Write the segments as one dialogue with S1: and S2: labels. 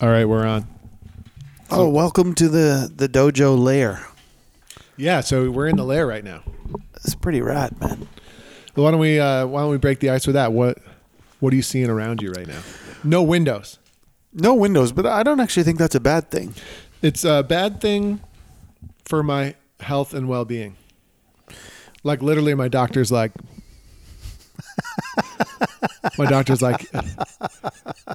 S1: All right, we're on.
S2: Oh, welcome to the the dojo lair.
S1: Yeah, so we're in the lair right now.
S2: It's pretty rad, man.
S1: Well, Why don't we uh, Why don't we break the ice with that? What What are you seeing around you right now? No windows.
S2: No windows, but I don't actually think that's a bad thing.
S1: It's a bad thing for my health and well being. Like literally, my doctor's like. my doctor's like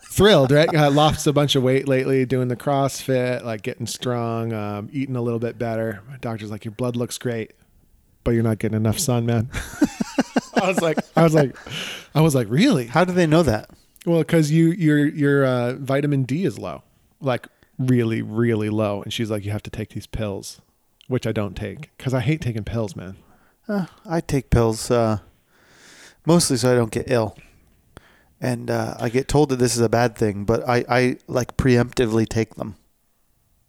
S1: thrilled, right? I lost a bunch of weight lately, doing the CrossFit, like getting strong, um, eating a little bit better. My doctor's like, your blood looks great, but you're not getting enough sun, man. I was like, I was like, I was like, really?
S2: How do they know that?
S1: Well, because you your your uh, vitamin D is low, like really really low, and she's like, you have to take these pills, which I don't take because I hate taking pills, man.
S2: Uh, I take pills uh, mostly so I don't get ill, and uh, I get told that this is a bad thing, but I I like preemptively take them,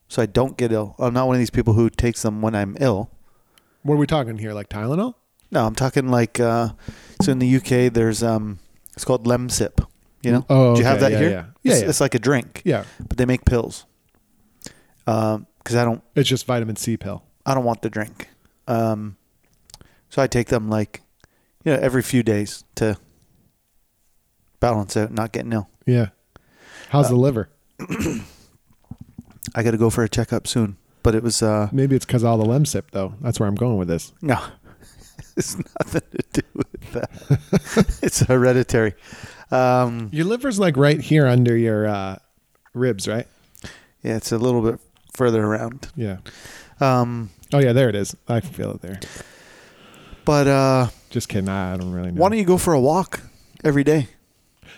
S2: so I don't get ill. I'm not one of these people who takes them when I'm ill.
S1: What are we talking here? Like Tylenol?
S2: No, I'm talking like uh, so in the UK. There's um, it's called Lemsip. You know,
S1: Oh,
S2: do you
S1: okay,
S2: have that
S1: yeah,
S2: here?
S1: yeah. Yeah,
S2: it's,
S1: yeah.
S2: it's like a drink.
S1: Yeah,
S2: but they make pills. Because I don't,
S1: it's just vitamin C pill.
S2: I don't want the drink. Um, so I take them like, you know, every few days to balance out, not getting ill.
S1: Yeah. How's
S2: Uh,
S1: the liver?
S2: I got to go for a checkup soon. But it was uh,
S1: Maybe it's because all the Lemsip though. That's where I'm going with this.
S2: no, it's nothing to do with that. it's hereditary. Um,
S1: Your liver's like right here under your uh, ribs, right?
S2: yeah, it's a little bit further around.
S1: Yeah.
S2: Um,
S1: Oh yeah, there it is. I feel it there.
S2: but uh,
S1: Just kidding. I don't really know.
S2: why don't you go for a walk every day?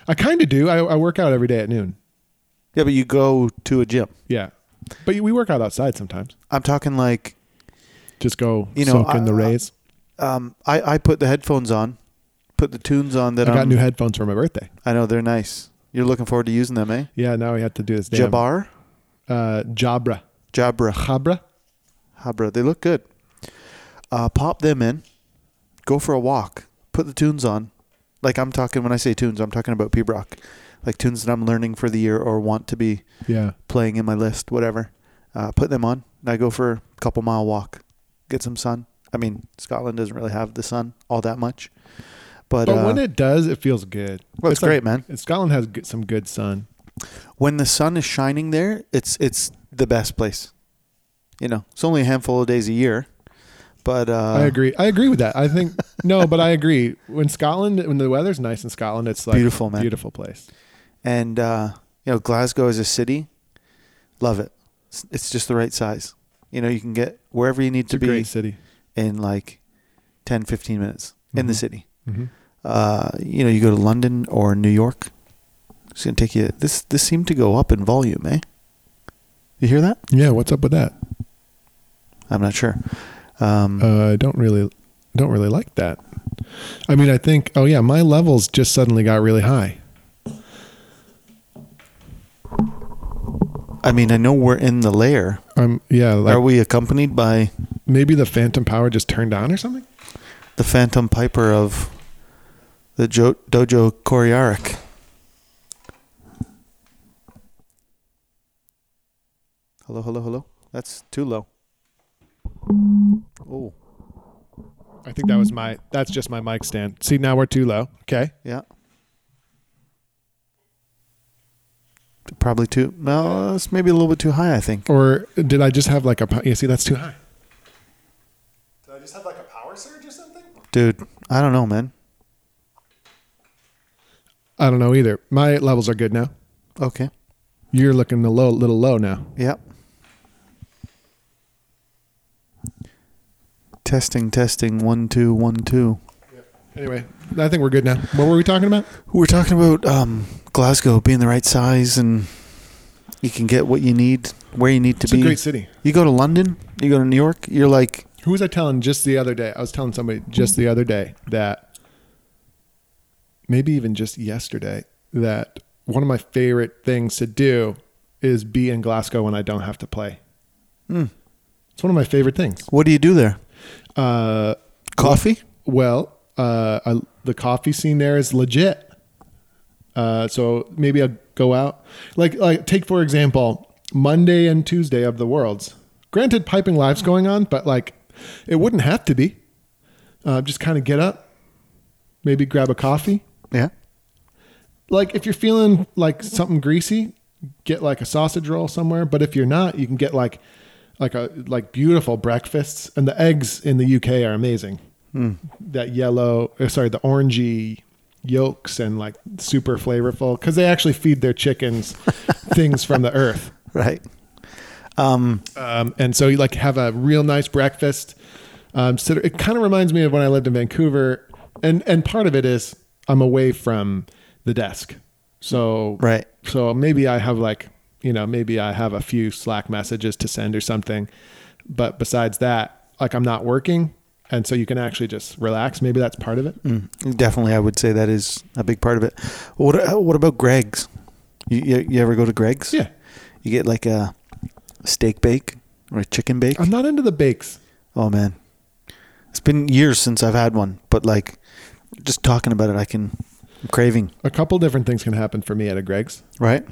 S1: I kind of do. I, I work out every day at noon.
S2: Yeah, but you go to a gym.
S1: Yeah. But we work out outside sometimes.
S2: I'm talking like
S1: Just go
S2: You know,
S1: soak in the
S2: I- I-
S1: rays.
S2: um, I, I put the headphones on, put the tunes on
S1: I
S2: that I
S1: got new headphones for my birthday.
S2: I know they're nice. You're looking forward to using them, eh?
S1: Yeah, now we have to do this. Damn,
S2: Jabbar,
S1: Uh, Jabra.
S2: Jabra,
S1: Jabra.
S2: Habra. They look good. Uh, pop them in. Go for a walk. Put the tunes on. Like I'm talking when I say tunes, I'm talking about P-Brock. Like tunes that I'm learning for the year or want to be
S1: Yeah.
S2: playing in my list, whatever. Uh, put them on, and I go for a couple mile walk, get some sun. I mean, Scotland doesn't really have the sun all that much, but,
S1: But
S2: uh,
S1: when it does, it feels good.
S2: well, it's great,
S1: like-
S2: man.
S1: Scotland has good, some good sun.
S2: when the sun is shining there, it's it's the best place. You know, it's only a handful of days a year, but uh,
S1: I agree. I agree with that. I think no, but I agree. When Scotland, when the weather's nice in Scotland, it's like
S2: Beautiful, man.
S1: beautiful place.
S2: And uh, you know, Glasgow as a city, love it. It's, it's just the right size. You know, you can get wherever you need
S1: It's
S2: to
S1: a
S2: be
S1: great city.
S2: in like 10, 15 minutes in the
S1: Mhm.
S2: city.
S1: hmm
S2: Uh, you know, you go to London or New York. It's gonna take you. This this seemed to go up in volume, eh? You hear that?
S1: Yeah. What's up with that?
S2: I'm not sure. Um,
S1: Uh, I don't really, don't really like that. I mean, I think. Oh yeah, my levels just suddenly got really high.
S2: I mean, I know we're in the layer.
S1: I'm Um, yeah. Like,
S2: Are we accompanied by
S1: maybe the phantom power just turned on or something
S2: the Phantom Piper of the jo- Dojo Koryaric. Hello, hello, hello. That's too low. Oh,
S1: i think that was my that's just my mic stand see now we're too low okay
S2: yeah. Probably too. No, it's maybe a little bit too high. I think.
S1: or did i just have like a po- yeah see that's too high did i just have like a power surge or something
S2: Dude, I don't know, man.
S1: i don't know either my levels are good now
S2: Okay.
S1: you're looking a low, little low now
S2: Yep. Testing, testing. One, two, one, two.
S1: anyway i think we're good now what were we talking about
S2: We're talking about um, Glasgow being the right size, and you can get what you need where you need to
S1: it's
S2: be.
S1: a great city
S2: you go to London, you go to New York, you're like,
S1: who was i telling just the other day i was telling somebody just the other day that maybe even just yesterday that one of my favorite things to do is be in glasgow when i don't have to play
S2: hmm,
S1: It's one of my favorite things.
S2: what do you do there?
S1: Uh,
S2: Coffee?
S1: well, uh, I, the coffee scene there is legit. Uh, so maybe I'll go out. Like like take for example Monday and Tuesday of the worlds. Granted, piping live's going on, but like it wouldn't have to be. Uh, just kind of get up, maybe grab a coffee.
S2: Yeah.
S1: Like if you're feeling like something greasy, get like a sausage roll somewhere. But if you're not, you can get like like a like beautiful breakfasts. And the eggs in the UK are amazing. That yellow, or sorry, the orangey yolks and like super flavorful because they actually feed their chickens things from the earth.
S2: Right. Um,
S1: Um, and so you like have a real nice breakfast. Um, so it kind of reminds me of when I lived in Vancouver, and and part of it is I'm away from the desk, so
S2: Right.
S1: So maybe I have like you know maybe I have a few Slack messages to send or something, but besides that, like I'm not working, and so you can actually just relax. Maybe that's part of it.
S2: mm, definitely, I would say that is a big part of it. What uh, What about Greg's? You, you, you ever go to Greg's?
S1: Yeah,
S2: You get like a steak bake or a chicken bake.
S1: I'm not into the bakes.
S2: Oh man, it's been years since I've had one, but like, just talking about it, I can. I'm craving.
S1: A couple different things can happen for me at a Greg's.
S2: Right.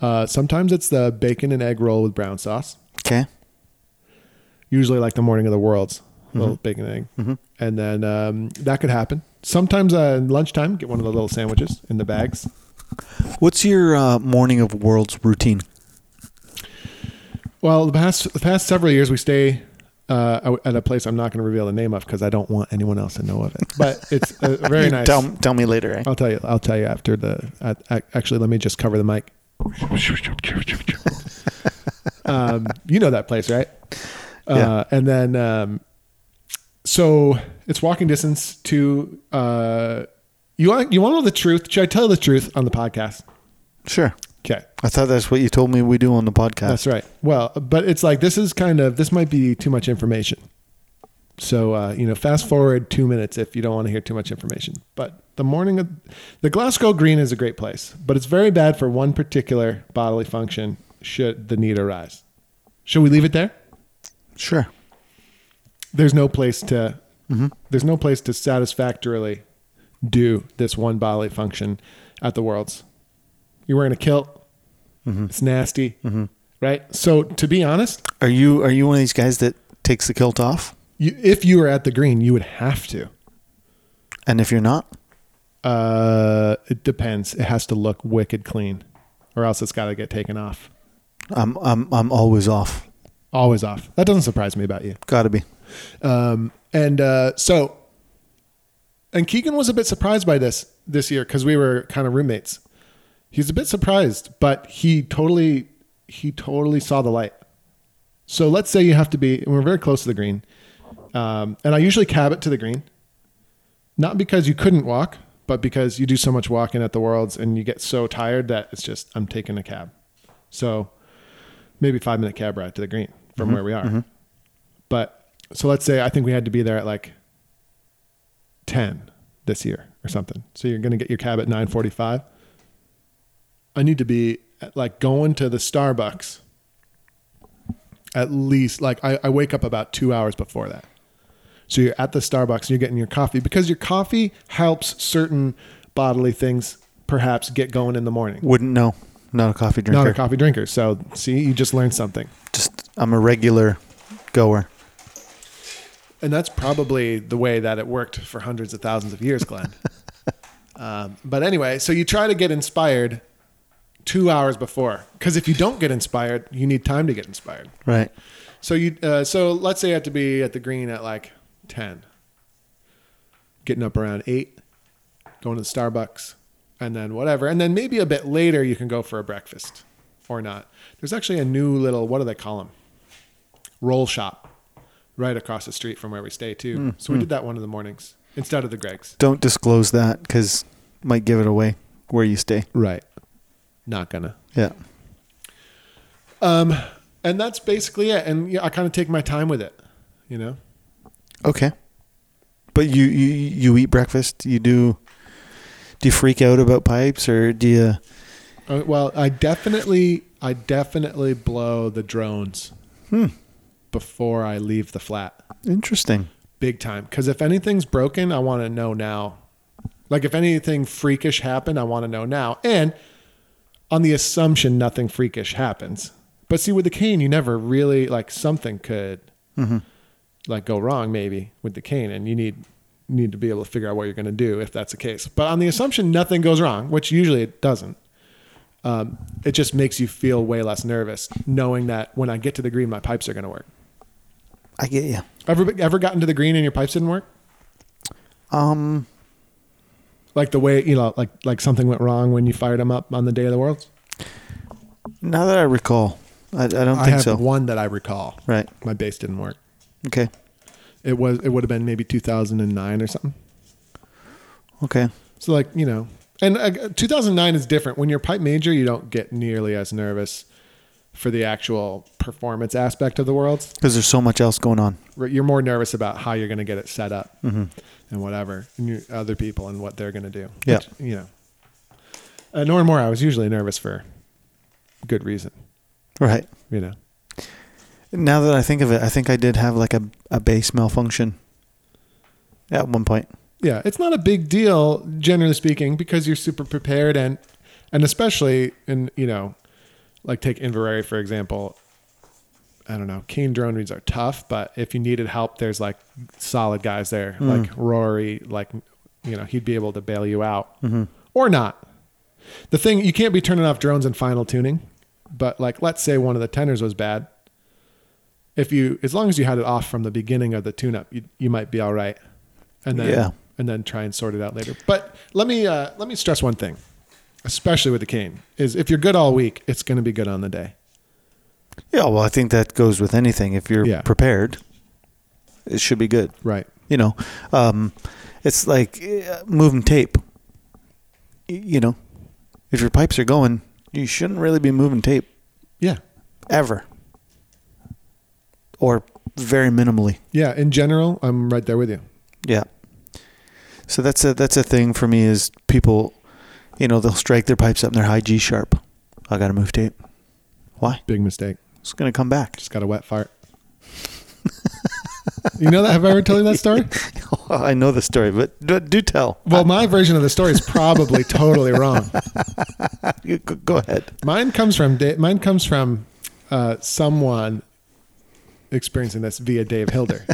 S1: Uh, sometimes it's the bacon and egg roll with brown sauce.
S2: Okay.
S1: usually like the morning of the worlds, a little bacon egg,
S2: Mhm.
S1: and then um, that could happen. Sometimes uh, lunchtime, get one of the little sandwiches in the bags.
S2: What's your uh, morning of worlds routine?
S1: Well, the past the past several years, we stay uh, at a place I'm not going to reveal the name of because I don't want anyone else to know of it. But it's uh, very
S2: You
S1: nice. Uh,
S2: Tell tell me later. Eh?
S1: I'll tell you. I'll tell you after the. I, I, actually, let me just cover the mic. um, you know that place, right? Uh, and then, um, so it's walking distance to. Uh, you want you want to know the truth? Should I tell the truth on the podcast?
S2: Sure.
S1: Okay.
S2: I thought that's what you told me we do on the podcast.
S1: That's right. Well, but it's like this is kind of this might be too much information. So uh, you know, fast forward two minutes if you don't want to hear too much information. But the morning of the Glasgow Green is a great place, but it's very bad for one particular bodily function should the need arise. Should we leave it there?
S2: Sure.
S1: There's no place to there's no place to satisfactorily do this one bodily function at the worlds. You're wearing a kilt. It's nasty. Right? So to be honest,
S2: Are you are you one of these guys that takes the kilt off?
S1: You, if you were at the green, you would have to.
S2: And if you're not,
S1: Uh, it depends. It has to look wicked clean, or else it's got to get taken off.
S2: I'm I'm I'm always off.
S1: Always off. That doesn't surprise me about you.
S2: Gotta be.
S1: Um, and uh, so, and Keegan was a bit surprised by this this year because we were kind of roommates. He's a bit surprised, but he totally he totally saw the light. So let's say you have to be, and we're very close to the green, um, and I usually cab it to the green, not because you couldn't walk, but because you do so much walking at the worlds and you get so tired that it's just I'm taking a cab. So maybe five minute cab ride to the green from where we are. But so let's say I think we had to be there at like 10 this year or something. So you're going to get your cab at 9:45. I need to be at, like going to the Starbucks at least like I, I wake up about 2 hours before that. So you're at the Starbucks and you're getting your coffee because your coffee helps certain bodily things perhaps get going in the morning.
S2: Wouldn't know. Not a coffee drinker.
S1: Not a coffee drinker. So see, you just learned something.
S2: Just I'm a regular goer.
S1: And that's probably the way that it worked for hundreds of thousands of years, Glenn. um, but anyway, so you try to get inspired two hours before, because if you don't get inspired, you need time to get inspired.
S2: Right.
S1: So you, uh, so let's say you have to be at the green at like ten, getting up around eight, going to the Starbucks, and then whatever, and then maybe a bit later you can go for a breakfast, or not. There's actually a new little what do they call them? Roll shop, right across the street from where we stay too. So we did that one of the mornings instead of the Greg's.
S2: Don't disclose that because might give it away where you stay.
S1: Right. Not gonna.
S2: Yeah.
S1: Um, and that's basically it. And yeah, I kind of take my time with it, you know.
S2: Okay. But you you you eat breakfast. You do. Do you freak out about pipes or do you?
S1: Uh, well, I definitely, I definitely blow the drones
S2: Hmm.
S1: before I leave the flat,
S2: Interesting.
S1: big time. Because if anything's broken, I want to know now Like if anything freakish happened, I want to know now. And on the assumption nothing freakish happens. But see, with the cane, you never really like something could like go wrong maybe with the cane, and you need need to be able to figure out what you're going to do if that's the case. But on the assumption nothing goes wrong, which usually it doesn't. Um, it just makes you feel way less nervous knowing that when I get to the green, my pipes are going to work.
S2: I get you.
S1: Ever ever gotten to the green and your pipes didn't work?
S2: Um,
S1: Like the way you know, like like something went wrong when you fired them up on the day of the worlds.
S2: now that I recall, I, I don't
S1: I
S2: think
S1: have
S2: so.
S1: one that I recall.
S2: Right.
S1: My bass didn't work.
S2: Okay.
S1: It was it would have been maybe 2009 or something.
S2: Okay.
S1: So like you know, and uh, 2009 is different. When you're pipe major, you don't get nearly as nervous for the actual performance aspect of the worlds.
S2: Because there's so much else going on.
S1: Right, You're more nervous about how you're going to get it set up and whatever, and you, other people and what they're going to do.
S2: Yeah.
S1: Which, you know, and more and more, I was usually nervous for good reason.
S2: Right.
S1: You know,
S2: Now that I think of it, I think I did have like a, a base malfunction at one point.
S1: yeah, it's not a big deal generally speaking because you're super prepared and and especially in you know, like take Inverary for example. I don't know. Keen drone reads are tough, but if you needed help, there's like solid guys there, like Rory. Like you know, he'd be able to bail you out or not. The thing you can't be turning off drones and final tuning, but like let's say one of the tenors was bad. If you, as long as you had it off from the beginning of the tune-up, you, you might be all right, and then
S2: Yeah.
S1: and then try and sort it out later. But let me uh, let me stress one thing, especially with the cane, is if you're good all week, it's going to be good on the day.
S2: Yeah. Well, I think that goes with anything. If you're
S1: Yeah.
S2: prepared, it should be good.
S1: Right.
S2: you know um it's like uh, moving tape Y- you know if your pipes are going you shouldn't really be moving tape
S1: Yeah.
S2: ever or very minimally
S1: Yeah. In general, I'm right there with you.
S2: yeah so that's a that's a thing for me is people you know they'll strike their pipes up and they're high g sharp i gotta move tape why
S1: Big mistake.
S2: it's gonna come back
S1: Just got a wet fart. you know that? Have I ever told you that story?
S2: i know the story but do, do tell
S1: Well, my version of the story is probably totally wrong.
S2: You go go ahead
S1: Mine comes from da- mine comes from uh, someone experiencing this via Dave Hilder.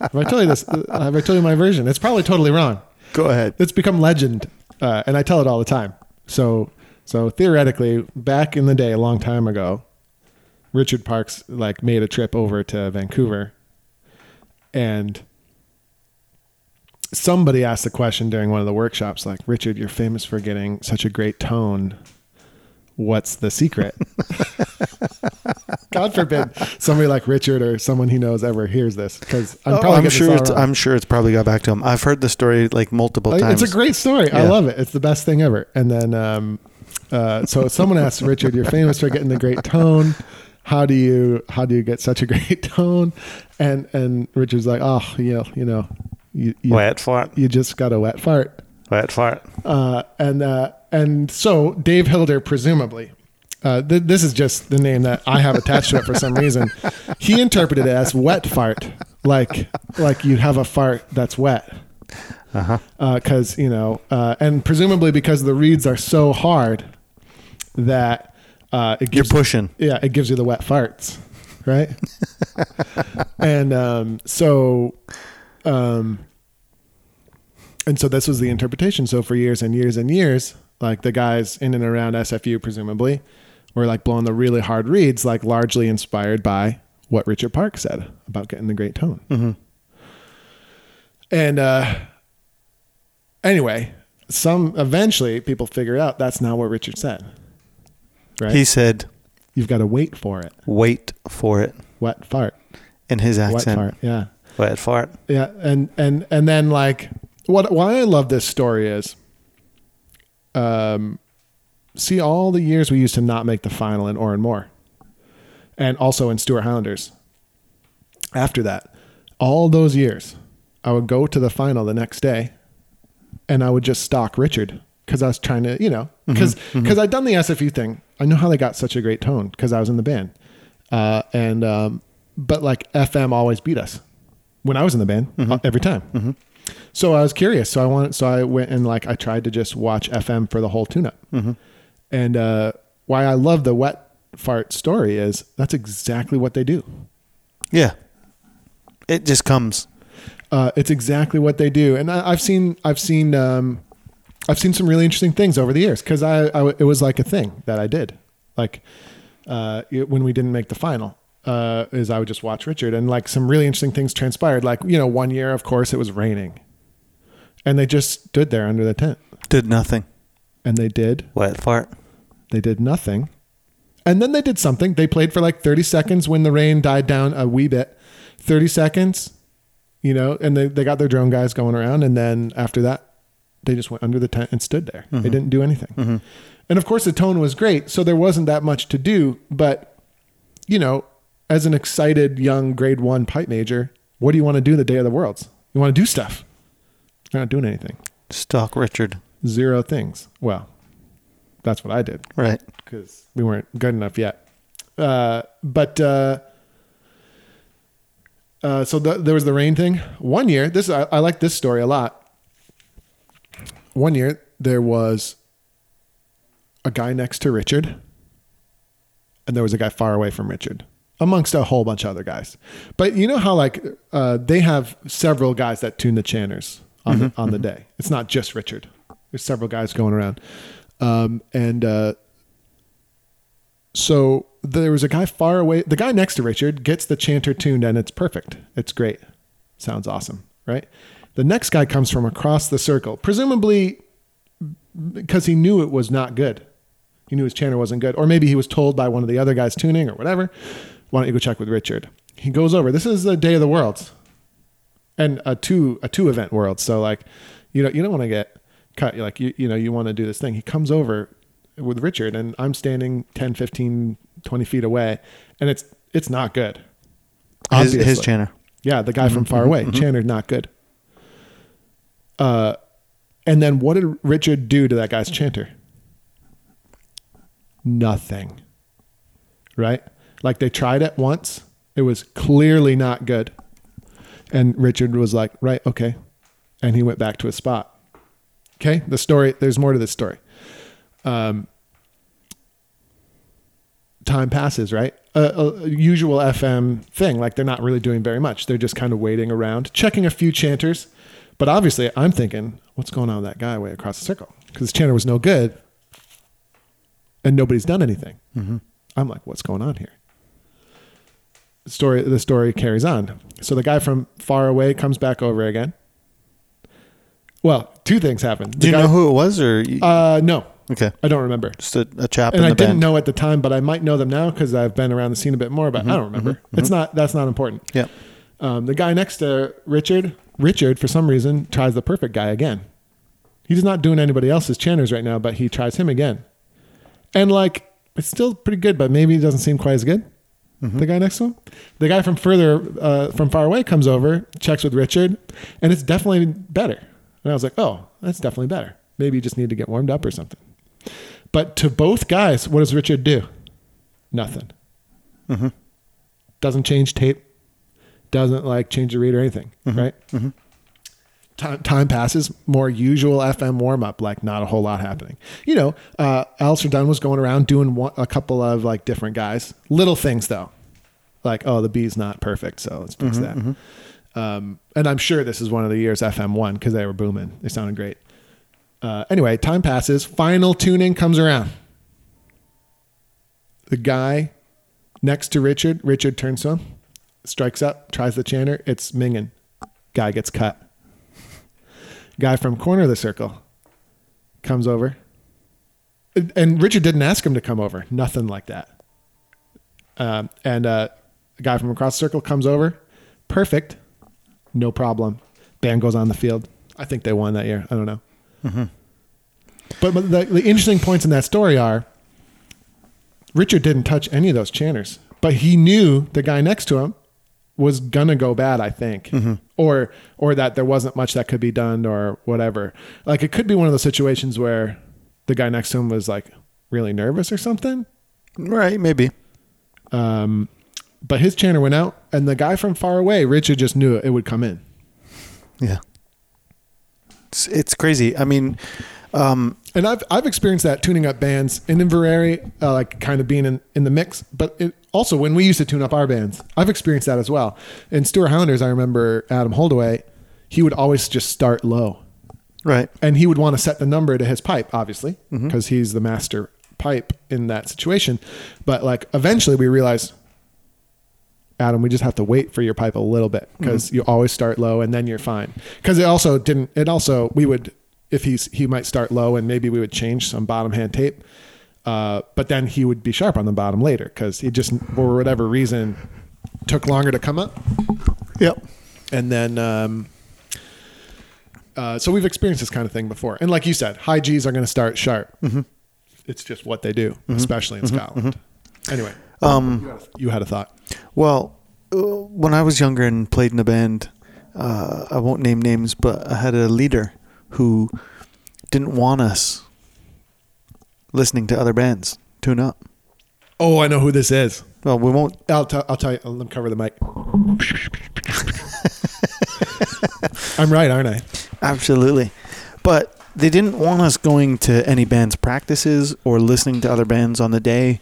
S1: have I told you this? Uh, Have I told you my version? It's probably totally wrong.
S2: go ahead
S1: It's become legend, uh, and I tell it all the time. So, so theoretically, back in the day, a long time ago, Richard Parks like made a trip over to Vancouver, and somebody asked the question during one of the workshops, like Richard, you're famous for getting such a great tone. What's the secret? God forbid somebody like Richard or someone he knows ever hears this because I'm
S2: Oh,
S1: probably
S2: I'm
S1: getting
S2: sure
S1: this all
S2: it's,
S1: wrong.
S2: I'm sure it's probably got back to him. I've heard the story like multiple
S1: Like,
S2: times.
S1: It's a great story. I
S2: Yeah.
S1: love it. It's the best thing ever. And then, um, uh, so someone asked Richard, "You're famous for getting the great tone. How do you how do you get such a great tone?" And and Richard's like, "Oh, you know, you know, you you,
S2: wet fart,
S1: you just got a wet fart."
S2: wet fart.
S1: Uh, and uh, and so Dave Hilder, presumably, uh, th- this is just the name that I have attached to it for some reason. He interpreted it as wet fart, like like you'd have a fart that's wet. Uh-huh. Because you know, uh, and presumably because the reeds are so hard that uh, it
S2: You're
S1: gives
S2: pushing.
S1: yeah, it gives you the wet farts, right? and um, so, um, and so this was the interpretation. So for years and years and years, like the guys in and around SFU, presumably, were like blowing the really hard reads, like largely inspired by what Richard Park said about getting the great tone. And uh, anyway, some eventually people figured out that's not what Richard said. Right?
S2: He said,
S1: You've got to wait for it.
S2: "Wait for it."
S1: Wet fart.
S2: In his
S1: Wet
S2: accent,
S1: fart. Yeah.
S2: wet fart.
S1: Yeah. And and and then like what why I love this story is um see all the years we used to not make the final in Orin Moore. And also in Stuart Highlanders. After that, all those years, I would go to the final the next day and I would just stalk Richard because I was trying to, you know, because I'd done the SFU thing. I know how they got such a great tone because I was in the band, uh, and um, but like FM always beat us when I was in the band uh, every time. So I was curious. So I wanted. So I went and like I tried to just watch FM for the whole tune-up. And uh, why I love the wet fart story is that's exactly what they do.
S2: Yeah. It just comes.
S1: Uh, it's exactly what they do, and I, I've seen I've seen um, I've seen some really interesting things over the years because I, I it was like a thing that I did, like uh, it- when we didn't make the final. Uh, is I would just watch Richard and like some really interesting things transpired. Like you know, one year of course it was raining, and they just stood there under the tent
S2: Did nothing.
S1: and they did
S2: Wet fart.
S1: they did nothing. And then they did something. They played for like 30 seconds when the rain died down a wee bit. 30 seconds, you know, and they, they got their drone guys going around. And then after that, they just went under the tent and stood there. They didn't do anything. And of course, the tone was great. So there wasn't that much to do. But, you know, as an excited young grade one pipe major, what do you want to do the day of the worlds? You want to do stuff. You're not doing anything.
S2: Stalk Richard.
S1: Zero things. Well, that's what I did
S2: Right.
S1: because we weren't good enough yet. Uh, but uh, uh, so th there was the rain thing. One year, this I, I like this story a lot. One year there was a guy next to Richard, and there was a guy far away from Richard, amongst a whole bunch of other guys. But you know how like uh, they have several guys that tune the channers on the, on the day. It's not just Richard. There's several guys going around, um, and uh, so there was a guy far away. The guy next to Richard gets the chanter tuned and it's perfect. It's great. Sounds awesome, right? The next guy comes from across the circle, presumably because he knew it was not good. He knew his chanter wasn't good. Or maybe he was told by one of the other guys tuning or whatever. Why don't you go check with Richard? He goes over. This is the day of the worlds and a two a two event world. So like, you know, you don't want to get cut. You're like you you know you want to do this thing. He comes over with Richard, and I'm standing 10, 15, 20 feet away, and it's it's not good.
S2: His, his
S1: Obviously.
S2: channel. Mm-hmm.
S1: Yeah, the guy from far away, Chandler, not good. Uh, and then what did Richard do to that guy's chanter? Nothing. Right? Like they tried it once. It was clearly not good. And Richard was like, right, okay. And he went back to his spot. Okay. The story, there's more to this story. Um, time passes, right? A, a usual FM thing. Like they're not really doing very much. They're just kind of waiting around, checking a few chanters. But obviously, I'm thinking, what's going on with that guy way across the circle? Because his chanter was no good and nobody's done anything.
S2: Mm-hmm.
S1: I'm like, what's going on here? The story, the story carries on. So the guy from far away comes back over again. Well, two things happen. The
S2: Do you
S1: guy-
S2: know who it was or? You,
S1: Uh, no,
S2: okay.
S1: I don't remember
S2: Just a, a chap
S1: and
S2: in
S1: I
S2: the
S1: didn't
S2: band.
S1: know at the time, but I might know them now because I've been around the scene a bit more. But I don't remember. It's not that's not important.
S2: Yeah.
S1: Um, the guy next to Richard, Richard for some reason tries the perfect guy again. He's not doing anybody else's channers right now, but he tries him again, and like it's still pretty good, but maybe it doesn't seem quite as good. The guy next to him, the guy from further uh, from far away comes over, checks with Richard, and it's definitely better. And I was like, oh, that's definitely better. Maybe you just need to get warmed up or something. But to both guys, what does Richard do? Nothing. Doesn't change tape. Doesn't like change the read or anything. Right. Time, time passes. More usual FM warm up. Like not a whole lot happening. You know, uh, Alistair Dunn was going around doing one, a couple of like different guys. Little things though. Like oh, the B's not perfect, so let's fix that. Um, and I'm sure this is one of the years FM won because they were booming. They sounded great. Uh, anyway, time passes. Final tuning comes around. The guy next to Richard, Richard turns to him, strikes up, tries the chanter. It's Mingen. Guy gets cut. Guy from corner of the circle comes over. And- And Richard didn't ask him to come over. Nothing like that. Um, and uh, a guy from across the circle comes over. Perfect. No problem. Band goes on the field. I think they won that year. I don't know. But, but the, the interesting points in that story are Richard didn't touch any of those chanters, but he knew the guy next to him was gonna go bad, I think, or or that there wasn't much that could be done or whatever. Like it could be one of those situations where the guy next to him was like really nervous or something.
S2: Right. Maybe.
S1: Um, but his chanter went out, and the guy from far away, Richard, just knew it, it would come in.
S2: Yeah. It's, it's crazy. I mean, um,
S1: And I've I've experienced that tuning up bands in Inverary, uh, like kind of being in, in the mix. But it, also when we used to tune up our bands, I've experienced that as well. In Stuart Highlanders, I remember Adam Holdaway, he would always just start low,
S2: right.
S1: and he would want to set the number to his pipe, obviously, because he's the master pipe in that situation. But like eventually, we realized. Adam, we just have to wait for your pipe a little bit because you always start low and then you're fine. Because it also didn't. It also we would if he's he might start low and maybe we would change some bottom hand tape, uh, but then he would be sharp on the bottom later because he just for whatever reason took longer to come up.
S2: Yep.
S1: And then, um, uh, so we've experienced this kind of thing before. And like you said, high G's are going to start sharp. It's just what they do, especially in Scotland. Anyway, you, had a, you had a thought.
S2: Well, uh, when I was younger and played in a band, uh, I won't name names, but I had a leader who didn't want us listening to other bands tune up.
S1: Oh, I know who this is.
S2: Well, we won't.
S1: I'll, tell. I'll tell you. Let me cover the mic. I'm right, aren't I?
S2: Absolutely. But they didn't want us going to any band's practices or listening to other bands on the day.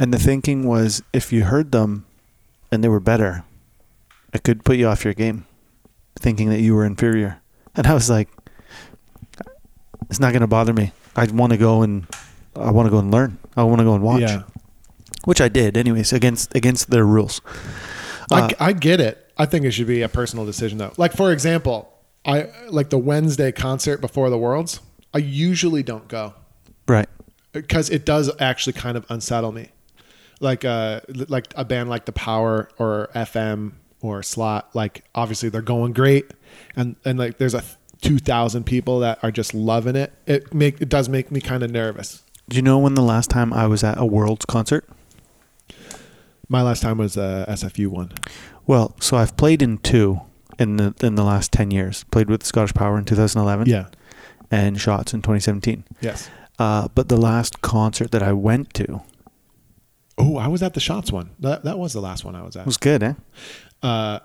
S2: And the thinking was if you heard them and they were better, it could put you off your game, thinking that you were inferior. And I was like, it's not going to bother me. I want to go and I want to go and learn. I want to go and watch,
S1: Yeah.
S2: which I did, anyways, against against their rules. Uh,
S1: I, I get it. I think it should be a personal decision though. Like for example, I like the Wednesday concert before the Worlds. I usually don't go
S2: Right.
S1: because it does actually kind of unsettle me. Like uh like a band like The Power or FM or Slot, like obviously they're going great and and like there's a 2000 people that are just loving it. It make it does make me kind of nervous.
S2: Do you know when the last time I was at a World's concert?
S1: My last time was uh, SFU one.
S2: Well, so I've played in two in the in the last ten years. Played with Scottish Power in 2011,
S1: Yeah.
S2: and Shots in 2017.
S1: Yes.
S2: Uh, but the last concert that I went to
S1: Oh, I was at the Shots one. That, that was the last one I was at.
S2: was good, eh?
S1: uh,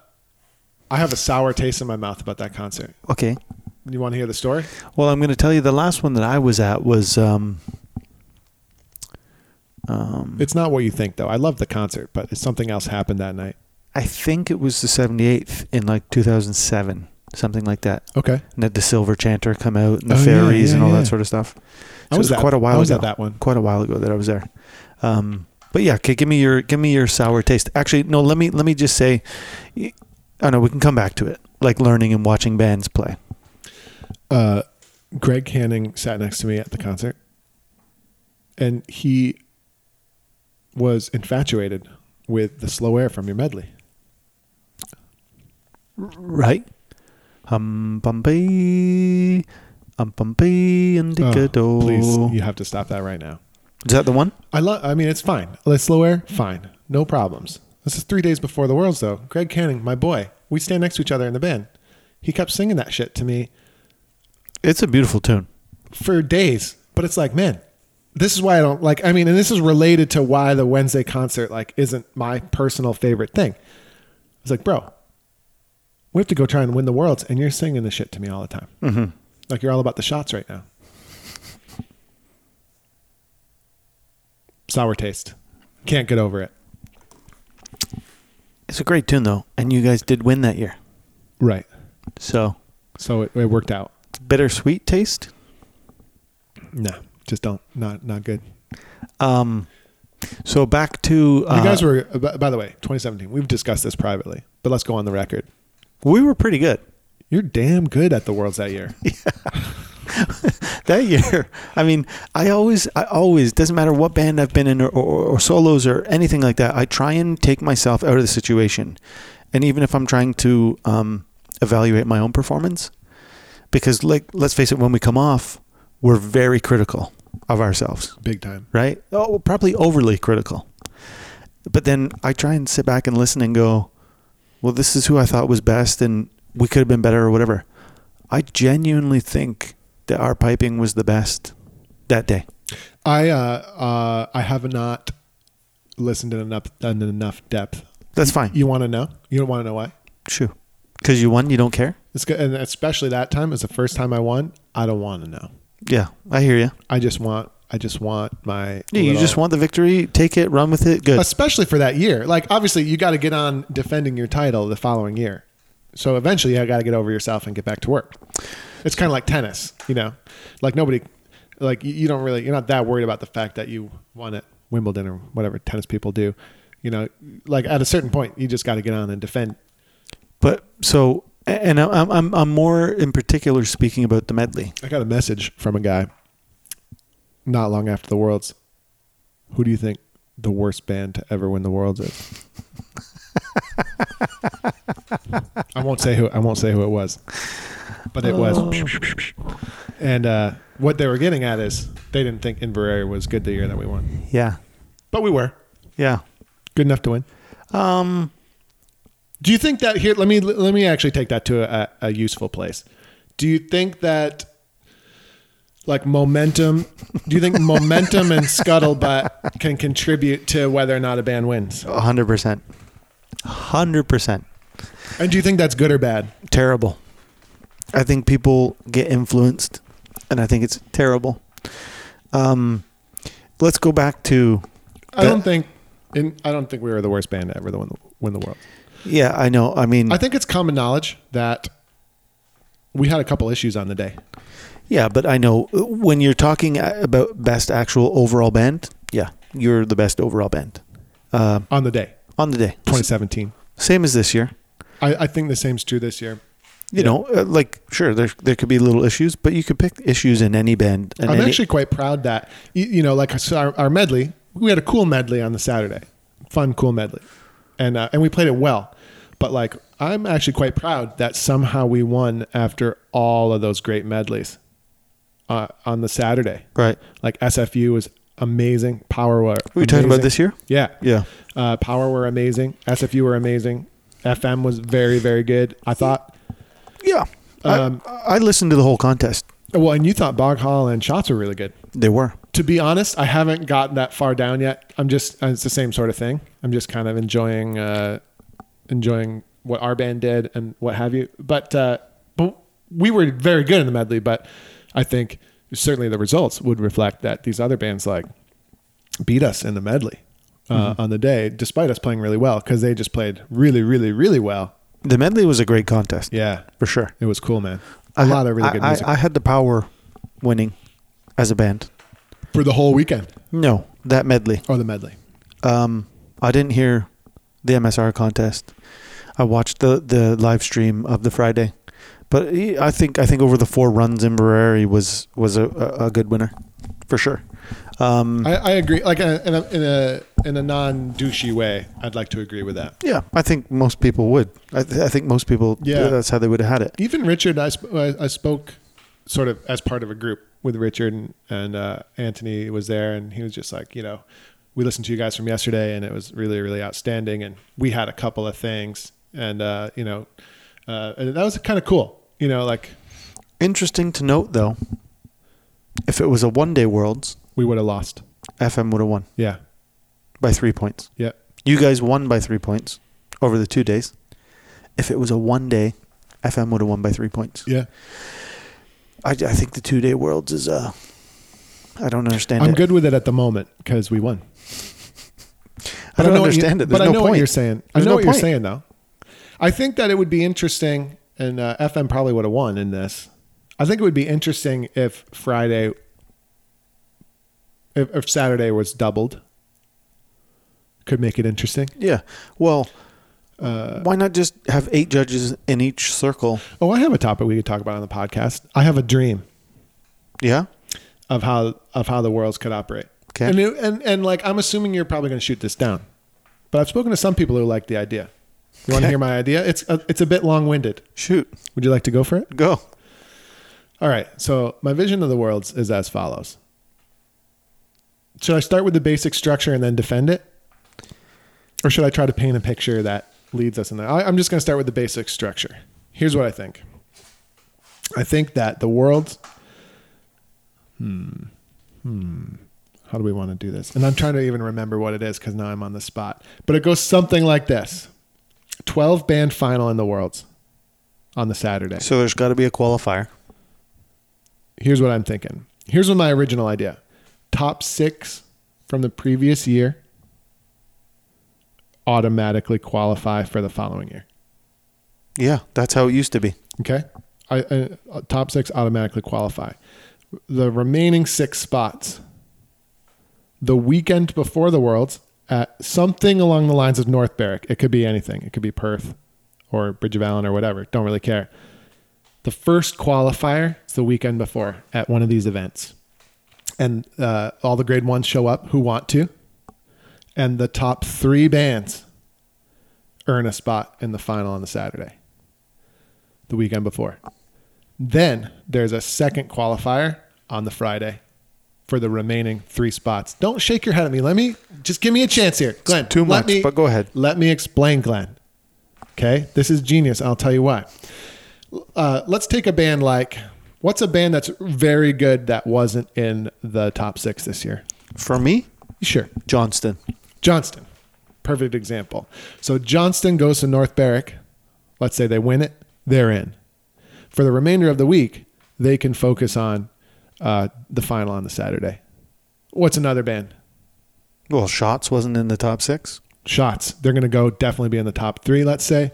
S1: I have a sour taste in my mouth about that concert.
S2: Okay.
S1: You want to hear the story?
S2: Well, I'm going to tell you the last one that I was at was um, um,
S1: It's not what you think, though. I love the concert, but it's something else happened that night.
S2: I think it was the 78th in like 2007, something like that.
S1: Okay,
S2: And had the Silver Chanter come out and the
S1: Oh, yeah,
S2: fairies
S1: yeah,
S2: and all
S1: yeah.
S2: that sort of stuff.
S1: I was
S2: So it was
S1: at-
S2: quite a while
S1: I was
S2: ago.
S1: at that one.
S2: Quite a while ago that I was there. Um, but yeah, okay, give me your give me your sour taste. Actually, no, let me let me just say I know we can come back to it. Like learning and watching bands play.
S1: Uh, Greg Canning sat next to me at the concert, and he was infatuated with the slow air from your medley.
S2: Right? Hum bumpy um bumpy
S1: Oh,
S2: indicato.
S1: please, you have to stop that right now.
S2: Is that the one?
S1: I love. I mean, it's fine. Like slow air, fine, no problems. This is three days before the worlds, though. Greg Canning, my boy, we stand next to each other in the band. He kept singing that shit to me
S2: It's a beautiful tune.
S1: for days. But it's like, man, this is why I don't like. I mean, and this is related to why the Wednesday concert like isn't my personal favorite thing. It's like, bro, we have to go try and win the worlds, and you're singing this shit to me all the time. Mm-hmm. Like you're all about the shots right now. Sour taste. Can't get over it.
S2: It's a great tune though, and you guys did win that year.
S1: Right.
S2: So
S1: So it, it worked out.
S2: it's bittersweet taste.
S1: No, just don't. Not not good.
S2: Um so back to uh,
S1: you guys were. By by the way, 2017. We've discussed this privately, but let's go on the record.
S2: we were pretty good.
S1: You're damn good at the worlds that year.
S2: that year. I mean, I always, I always doesn't matter what band I've been in or, or, or solos or anything like that. I try and take myself out of the situation, and even if I'm trying to um, evaluate my own performance, because like let's face it, when we come off, we're very critical of ourselves,
S1: Big time.
S2: right? Oh, well, probably overly critical. But then I try and sit back and listen and go, well, this is who I thought was best, and we could have been better or whatever. I genuinely think that our piping was the best that day.
S1: I uh, uh, I have not listened in enough done in enough depth.
S2: That's fine.
S1: You want to know? You don't want to know why?
S2: Shoo. Because you won, you don't care.
S1: It's good, and especially that time is the first time I won. I don't want to know.
S2: Yeah, I hear you.
S1: I just want. I just want my.
S2: Yeah, you
S1: little-
S2: just want the victory. Take it, run with it. Good.
S1: especially for that year. Like obviously, you got to get on defending your title the following year. So eventually, I got to get over yourself and get back to work. It's kind of like tennis, you know. Like nobody, like you, you don't really, you're not that worried about the fact that you won at Wimbledon or whatever tennis people do. You know, like at a certain point, you just got to get on and defend.
S2: But so, and I'm I'm I'm more in particular speaking about the medley.
S1: I got a message from a guy not long after the Worlds. Who do you think the worst band to ever win the Worlds is? I won't say who I won't say who it was. But it was and uh, what they were getting at is they didn't think Inverary was good the year that we won.
S2: Yeah,
S1: But we were.
S2: yeah.
S1: Good enough to win.
S2: Um,
S1: Do you think that here? Let me let me actually take that to a, a useful place. Do you think that like momentum? Do you think momentum and scuttlebutt can contribute to whether or not a band wins?
S2: hundred percent, hundred percent.
S1: And do you think that's good or bad?
S2: Terrible. I think people get influenced, and I think it's terrible. Um, let's go back to
S1: I don't think. In, I don't think we were the worst band to ever to win the, win the world.
S2: yeah. I know. I mean,
S1: I think it's common knowledge that we had a couple issues on the day.
S2: Yeah, but I know uh, when you're talking a- about best actual overall band, yeah, you're the best overall band uh,
S1: On the day,
S2: on the day.
S1: 2017.
S2: Same as this year.
S1: I, I think the same's true this year.
S2: You know, uh, like sure, there there could be little issues, but you could pick issues in any band. And
S1: I'm
S2: any-
S1: actually quite proud that you, you know, like so our, our medley, we had a cool medley on the Saturday, fun cool medley, and uh, and we played it well. But like, I'm actually quite proud that somehow we won after all of those great medleys uh, on the Saturday.
S2: right.
S1: Like SFU was amazing. Power were.
S2: Were you talking about
S1: amazing.
S2: this year?
S1: Yeah,
S2: Yeah.
S1: uh, Power were amazing. SFU were amazing. FM was very very good. I thought.
S2: Yeah.
S1: Um,
S2: I, I listened to the whole contest.
S1: Well, and you thought Bog Hall and Shots were really good.
S2: They were.
S1: to be honest, I haven't gotten that far down yet. I'm just uh, it's the same sort of thing. I'm just kind of enjoying uh, enjoying what our band did and what have you. But uh, but we were very good in the medley. But I think certainly the results would reflect that these other bands like beat us in the medley uh,
S2: Mm-hmm.
S1: on the day, despite us playing really well because they just played really, really, really well.
S2: The medley was a great contest.
S1: Yeah,
S2: for sure.
S1: it was cool, man. A
S2: A
S1: lot of really good music
S2: I, I had the power winning as a band.
S1: for the whole weekend
S2: No, that medley.
S1: or the medley.
S2: Um, I didn't hear the MSR contest. I watched the, the live stream of the Friday, but he- I think I think over the four runs in Barreri was was a, a, a good winner, for sure. Um,
S1: I, I agree. Like in a, in a in a in a non douchey way, I'd like to agree with that.
S2: yeah, I think most people would. I, th- I think most people.
S1: Yeah.
S2: that's how they would have had it.
S1: Even Richard, I, sp- I I spoke sort of as part of a group with Richard and, and uh, Anthony was there, and he was just like, you know, we listened to you guys from yesterday, and it was really really outstanding, and we had a couple of things, and uh, you know, uh, and that was kind of cool. You know, like
S2: Interesting to note, though, if it was a one day Worlds,
S1: we would have lost.
S2: FM would have won
S1: Yeah,
S2: by three points.
S1: yeah.
S2: You guys won by three points over the two days. If it was a one day, FM would have won by three points.
S1: Yeah,
S2: I, I think the two day worlds is uh I don't understand
S1: I'm
S2: it.
S1: good with it at the moment because we won.
S2: I
S1: But
S2: don't
S1: know what
S2: understand
S1: you,
S2: it.
S1: But
S2: There's
S1: I
S2: no
S1: know
S2: point.
S1: what you're saying.
S2: There's
S1: I know
S2: no
S1: what
S2: point.
S1: you're saying, though. I think that it would be interesting, and uh, FM probably would have won in this. I think it would be interesting if Friday, if, if Saturday was doubled, could make it interesting.
S2: Yeah. Well,
S1: Uh,
S2: why not just have eight judges in each circle?
S1: Oh, I have a topic we could talk about on the podcast. I have a dream
S2: Yeah.
S1: of how of how the worlds could operate.
S2: Okay.
S1: And it, and and like I'm assuming you're probably going to shoot this down, but I've spoken to some people who like the idea. You want to
S2: Okay.
S1: hear my idea? It's a, it's a bit long winded.
S2: Shoot.
S1: Would you like to go for it?
S2: Go.
S1: All right. So my vision of the worlds is as follows. Should I start with the basic structure and then defend it, or should I try to paint a picture that leads us in there? I, I'm just going to start with the basic structure. Here's what I think. I think that the worlds. Hmm. Hmm. How do we want to do this? And I'm trying to even remember what it is because now I'm on the spot. But it goes something like this: twelve band final in the worlds. on the Saturday.
S2: So there's got to be a qualifier.
S1: Here's what I'm thinking. Here's what my original idea: top six from the previous year automatically qualify for the following year.
S2: Yeah, that's how it used to be.
S1: Okay. I, I, top six automatically qualify. The remaining six spots, the weekend before the Worlds, at something along the lines of North Berwick. It could be anything. It could be Perth or Bridge of Allen or whatever. Don't really care. The first qualifier is the weekend before at one of these events. And uh, all the grade ones show up who want to. And the top three bands earn a spot in the final on the Saturday the weekend before. Then there's a second qualifier on the Friday for the remaining three spots. Don't shake your head at me. Let me just give me a chance here. Glenn,
S2: Too
S1: let
S2: much,
S1: me-
S2: but go ahead.
S1: Let me explain, Glenn. Okay, this is genius. and I'll tell you why. Uh, let's take a band like what's a band that's very good that wasn't in the top six this year?
S2: For me,
S1: Sure,
S2: Johnston.
S1: Johnston. Perfect example. So Johnston goes to North Berwick. Let's say they win it, they're in. For the remainder of the week, they can focus on uh, the final on the Saturday. What's another band?
S2: Well, Shots wasn't in the top six.
S1: Shots. They're going to go definitely be in the top three, let's say.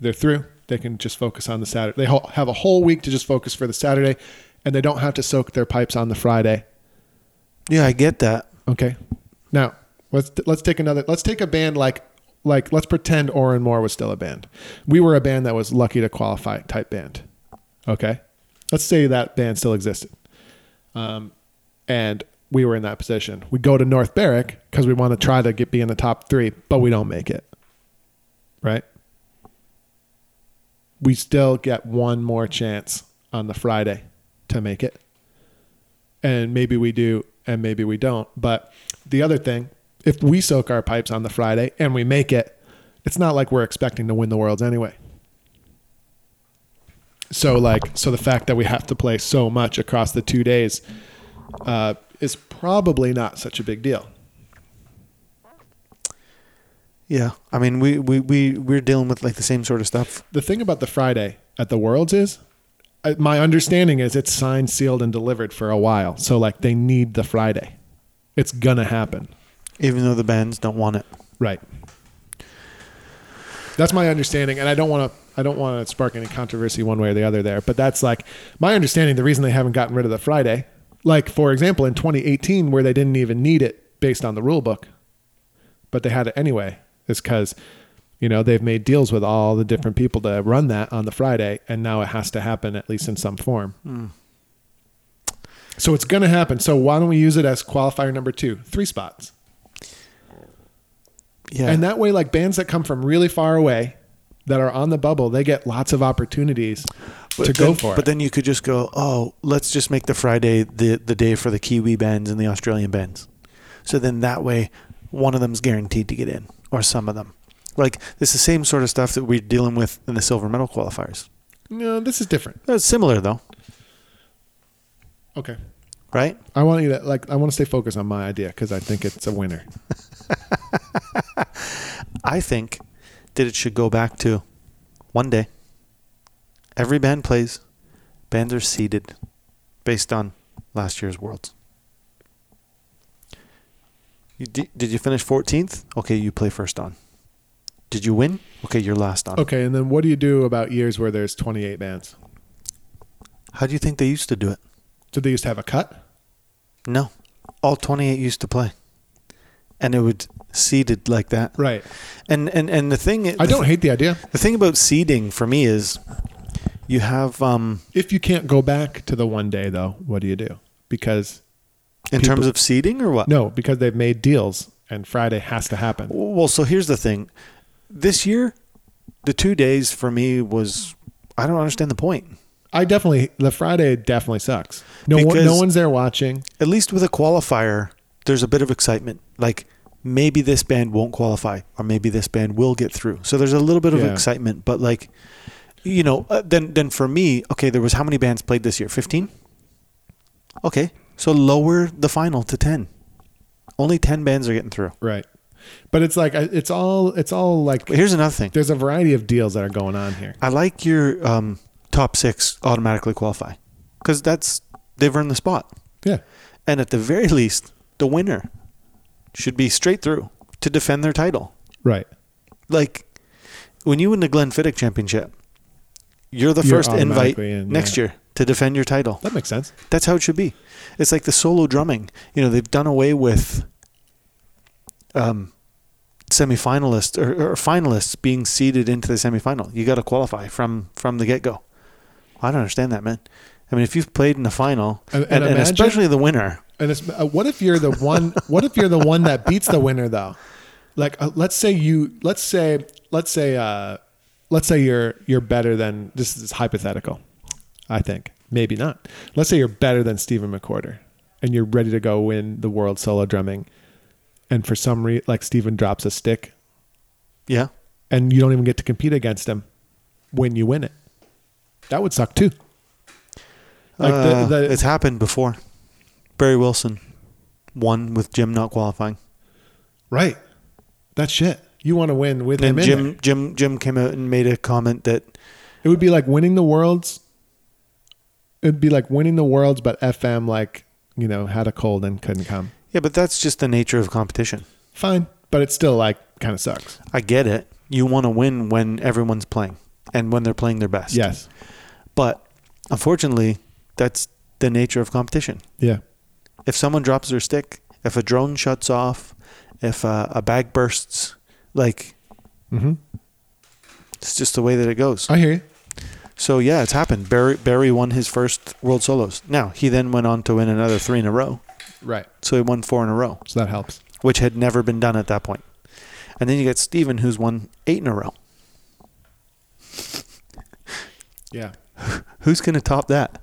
S1: They're through. They can just focus on the Saturday. They ho- have a whole week to just focus for the Saturday, and they don't have to soak their pipes on the Friday
S2: Yeah, I get that.
S1: Okay. Now let's let's take another. Let's take a band like like let's pretend Orin Moore was still a band. We were a band that was lucky to qualify type band. Okay. Let's say that band still existed, um, and we were in that position. We go to North Berwick because we want to try to get be in the top three, but we don't make it. Right. We still get one more chance on the Friday to make it and maybe we do and maybe we don't. But the other thing, if we soak our pipes on the Friday and we make it, it's not like we're expecting to win the worlds anyway. So like so the fact that we have to play so much across the two days uh, is probably not such a big deal.
S2: Yeah, I mean, we we we we're dealing with like the same sort of stuff.
S1: The thing about the Friday at the worlds is uh, my understanding is it's signed, sealed, and delivered for a while. So like they need the Friday. It's gonna happen.
S2: Even though the bands don't want it.
S1: Right. That's my understanding, and I don't want to. I don't want to spark any controversy one way or the other there, but that's like my understanding. The reason they haven't gotten rid of the Friday, like for example, in 2018, where they didn't even need it based on the rule book, but they had it anyway, is because you know they've made deals with all the different people to run that on the Friday, and now it has to happen at least in some form. So it's going to happen. So why don't we use it as qualifier number two, three spots?
S2: Yeah,
S1: And that way, like bands that come from really far away that are on the bubble, they get lots of opportunities
S2: But
S1: to
S2: then,
S1: go for
S2: But
S1: it.
S2: then you could just go, oh, let's just make the Friday the the day for the Kiwi bands and the Australian bands. So then that way, one of them's guaranteed to get in, or some of them. Like it's the same sort of stuff that we're dealing with in the silver medal qualifiers.
S1: No, this is different.
S2: It's similar though,
S1: Okay.
S2: right?
S1: I want you to like. I want to stay focused on my idea because I think it's a winner.
S2: I think that it should go back to one day. Every band plays. Bands are seeded based on last year's Worlds. You, did, did you finish 14th? Okay, you play first on. Did you win? Okay, you're last on.
S1: Okay, and then what do you do about years where there's 28 bands?
S2: How do you think they used to do it?
S1: Did they used to have a cut?
S2: No. All 28 used to play. And it would seeded like that.
S1: Right.
S2: And and and the thing
S1: I don't hate the idea.
S2: the thing about seeding for me is you have um
S1: If you can't go back to the one day though, what do you do? Because
S2: In
S1: people-
S2: terms of seeding or what?
S1: no, because they've made deals and Friday has to happen.
S2: Well, so here's the thing. This year, the two days for me was I don't understand the point.
S1: I definitely the Friday definitely sucks. No one,
S2: Because-
S1: no one's there watching.
S2: At least with a qualifier, there's a bit of excitement. Like maybe this band won't qualify, or maybe this band will get through. So there's a little bit of
S1: Yeah.
S2: excitement, but like, you know, uh, then then for me, okay, there was how many bands played this year? Fifteen. Okay, so lower the final to ten. Only ten bands are getting through.
S1: Right. But it's like it's all it's all like
S2: Here's another thing.
S1: there's a variety of deals that are going on here.
S2: I like your um, top six automatically qualify because that's they've earned the spot,
S1: Yeah.
S2: and at the very least, the winner should be straight through to defend their title.
S1: Right.
S2: Like when you win the Glenfiddich Championship, you're the
S1: You're
S2: first invite
S1: automatically in,
S2: next
S1: yeah.
S2: year to defend your title.
S1: That makes sense.
S2: That's how it should be. It's like the solo drumming. You know, they've done away with um, semifinalists or, or finalists being seeded into the semifinal. You got to qualify from from the get go. I don't understand that, man. I mean, if you've played in the final,
S1: And-
S2: and,
S1: and
S2: and
S1: imagine-
S2: especially the winner,
S1: And it's uh, what if you're the one? what if you're the one that beats the winner though? Like uh, let's say you let's say let's say uh let's say you're you're better than this is hypothetical. I think maybe not. Let's say you're better than Stephen McCorder and you're ready to go win the world solo drumming, and for some reason, like Stephen drops a stick
S2: yeah,
S1: and you don't even get to compete against him when you win it. That would suck too. Like
S2: Uh,
S1: the, the
S2: it's happened before. Barry Wilson won with Jim not qualifying,
S1: right, that's shit. You want to win with him
S2: and
S1: in
S2: Jim
S1: there.
S2: Jim Jim came out and made a comment that
S1: It would be like winning the worlds. It'd be like winning the worlds, but FM like you know had a cold and couldn't come.
S2: yeah, but that's just the nature of competition.
S1: Fine, but it's still like kind of sucks.
S2: I get it. You want to win when everyone's playing and when they're playing their best.
S1: Yes,
S2: But unfortunately, that's the nature of competition.
S1: yeah,
S2: If someone drops their stick, if a drone shuts off, if uh, a bag bursts, like
S1: hmm
S2: it's just the way that it goes.
S1: I hear you.
S2: So yeah, it's happened. Barry Barry won his first world solos. Now, he then went on to win another 3 in a row.
S1: Right,
S2: So he won 4 in a row,
S1: so that helps.
S2: which had never been done at that point. And then you get Steven who's won 8 in a row.
S1: Yeah,
S2: Who's going to top that?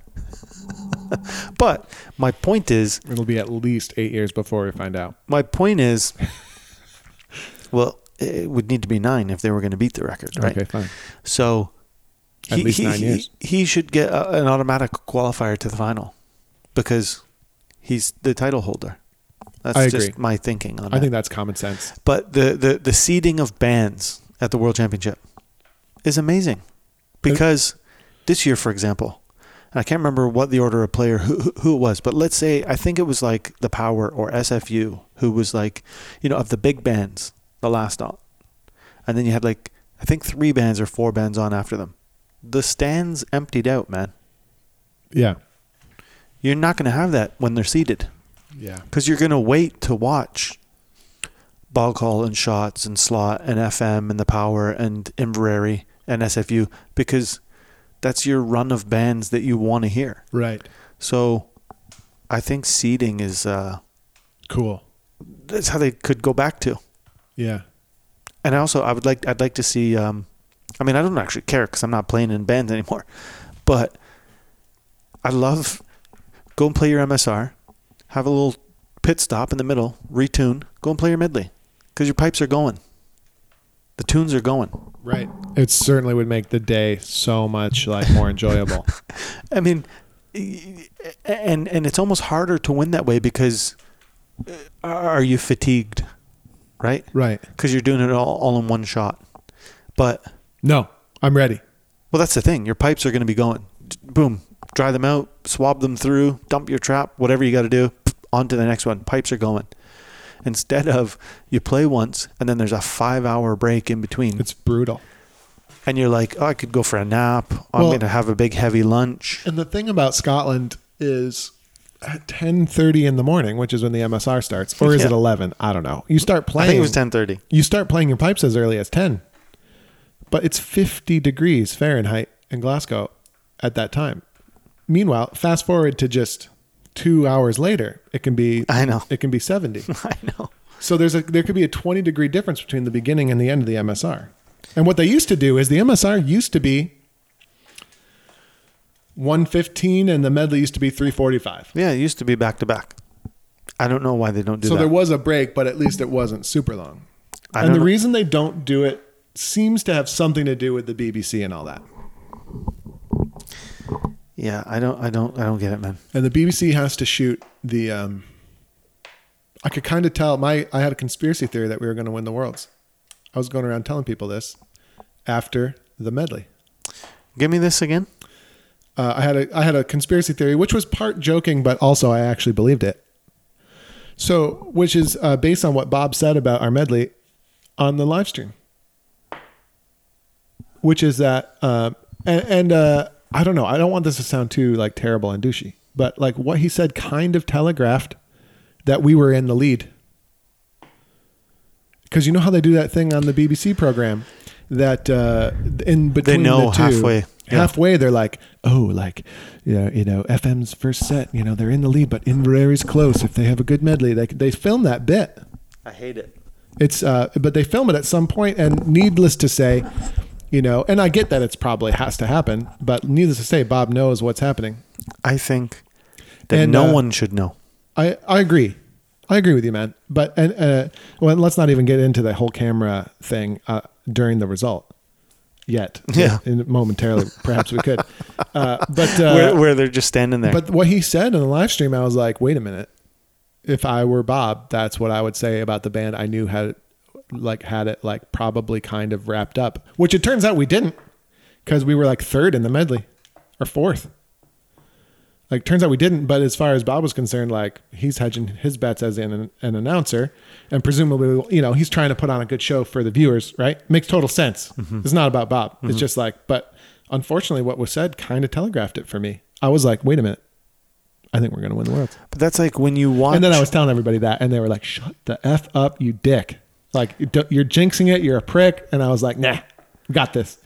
S2: but my point is,
S1: it'll be at least eight years before we find out.
S2: my point is, well, it would need to be nine if they were going to beat the record, right?
S1: Okay, fine.
S2: So
S1: At least nine
S2: he,
S1: years.
S2: He should get a, an automatic qualifier to the final because he's the title holder. That's
S1: I
S2: just
S1: agree.
S2: my thinking on that.
S1: I think that's common sense.
S2: but the, the, the seeding of bands at the World Championship is amazing because this year, for example, and I can't remember what the order of player who, who- who it was, but let's say I think it was like the Power or SFU who was like, you know, of the big bands, the last on, and then you had like I think three bands or four bands on after them. The stands emptied out, man.
S1: Yeah,
S2: You're not going to have that when they're seated
S1: yeah,
S2: because you're going to wait to watch ball call and shots and slot and FM and the power and Inverary and SFU because that's your run of bands that you want to hear.
S1: right.
S2: So I think seeding is uh,
S1: Cool.
S2: that's how they could go back to.
S1: Yeah,
S2: And also, I would like I'd like to see. Um, I mean, I don't actually care because I'm not playing in bands anymore, but I love go and play your MSR, have a little pit stop in the middle, retune, go and play your medley because your pipes are going, the tunes are going.
S1: right. It certainly would make the day so much like more enjoyable.
S2: I mean, y- and and it's almost harder to win that way because uh, are you fatigued, right?
S1: right.
S2: Because you're doing it all all in one shot, but.
S1: No, I'm ready.
S2: Well, that's the thing. Your pipes are going to be going. D- Boom. Dry them out, swab them through, dump your trap, whatever you got to do, on to the next one. Pipes are going. Instead of you play once and then there's a five hour break in between,
S1: It's brutal.
S2: and you're like, oh, I could go for a nap. I'm
S1: Well-
S2: going to have a big heavy lunch.
S1: And the thing about Scotland is at 10:30 in the morning, which is when the MSR starts, or is it
S2: Yeah.
S1: 11? I don't know. You start
S2: I
S1: playing
S2: think it was 10:30.
S1: You start playing your pipes as early as 10. But it's 50 degrees Fahrenheit in Glasgow at that time. Meanwhile, fast forward to just 2 hours later, it can be
S2: I know.
S1: it can be 70.
S2: I know.
S1: So there's a there could be a 20 degree difference between the beginning and the end of the MSR. And what they used to do is the MSR used to be 115 and the medley used to be 345.
S2: Yeah, it used to be back to back. I don't know why they don't do
S1: So
S2: that.
S1: there was a break, but at least it wasn't super long.
S2: I
S1: and
S2: don't
S1: the
S2: know.
S1: reason they don't do it seems to have something to do with the BBC and all that.
S2: yeah, I don't I don't I don't get it, man.
S1: And the BBC has to shoot the um, I could kind of tell my I had a conspiracy theory that we were going to win the worlds. I was going around telling people this after the medley.
S2: Give me this again.
S1: Uh, I had a I had a conspiracy theory, which was part joking, but also I actually believed it. So, which is uh, based on what Bob said about our medley on the live stream, which is that, uh, and, and uh, I don't know, I don't want this to sound too like terrible and douchey, but like what he said kind of telegraphed that we were in the lead. Because you know how they do that thing on the BBC program that uh, in between
S2: know
S1: the two,
S2: halfway. Yeah.
S1: halfway they're like, oh, like you know, you know, FM's first set, you know, they're in the lead, but Inverary close. If they have a good medley, they they film that bit.
S2: I hate it.
S1: It's uh, but they film it at some point, and needless to say, you know, and I get that it's probably has to happen, but needless to say, Bob knows what's happening.
S2: I think that
S1: And,
S2: no
S1: uh,
S2: one should know.
S1: I I agree. I agree with you, man. But and uh, well, let's not even get into the whole camera thing uh, during the result yet.
S2: Yeah.
S1: In, momentarily, perhaps we could. Uh, but uh,
S2: where, where they're just standing there.
S1: but what he said in the live stream, I was like, wait a minute. If I were Bob, that's what I would say about the band. I knew had like had it like probably kind of wrapped up, which it turns out we didn't because we were like third in the medley or fourth. Like turns out we didn't, but as far as Bob was concerned, like he's hedging his bets as an, an announcer, and presumably, you know, he's trying to put on a good show for the viewers, right? Makes total sense. It's not about Bob. It's just like, but unfortunately, what was said kind of telegraphed it for me. I was like, wait a minute, I think we're gonna win the world.
S2: But that's like when you watch.
S1: And then I was telling everybody that, and they were like, shut the f up, you dick! Like you don't- you're jinxing it. You're a prick. And I was like, nah, got this.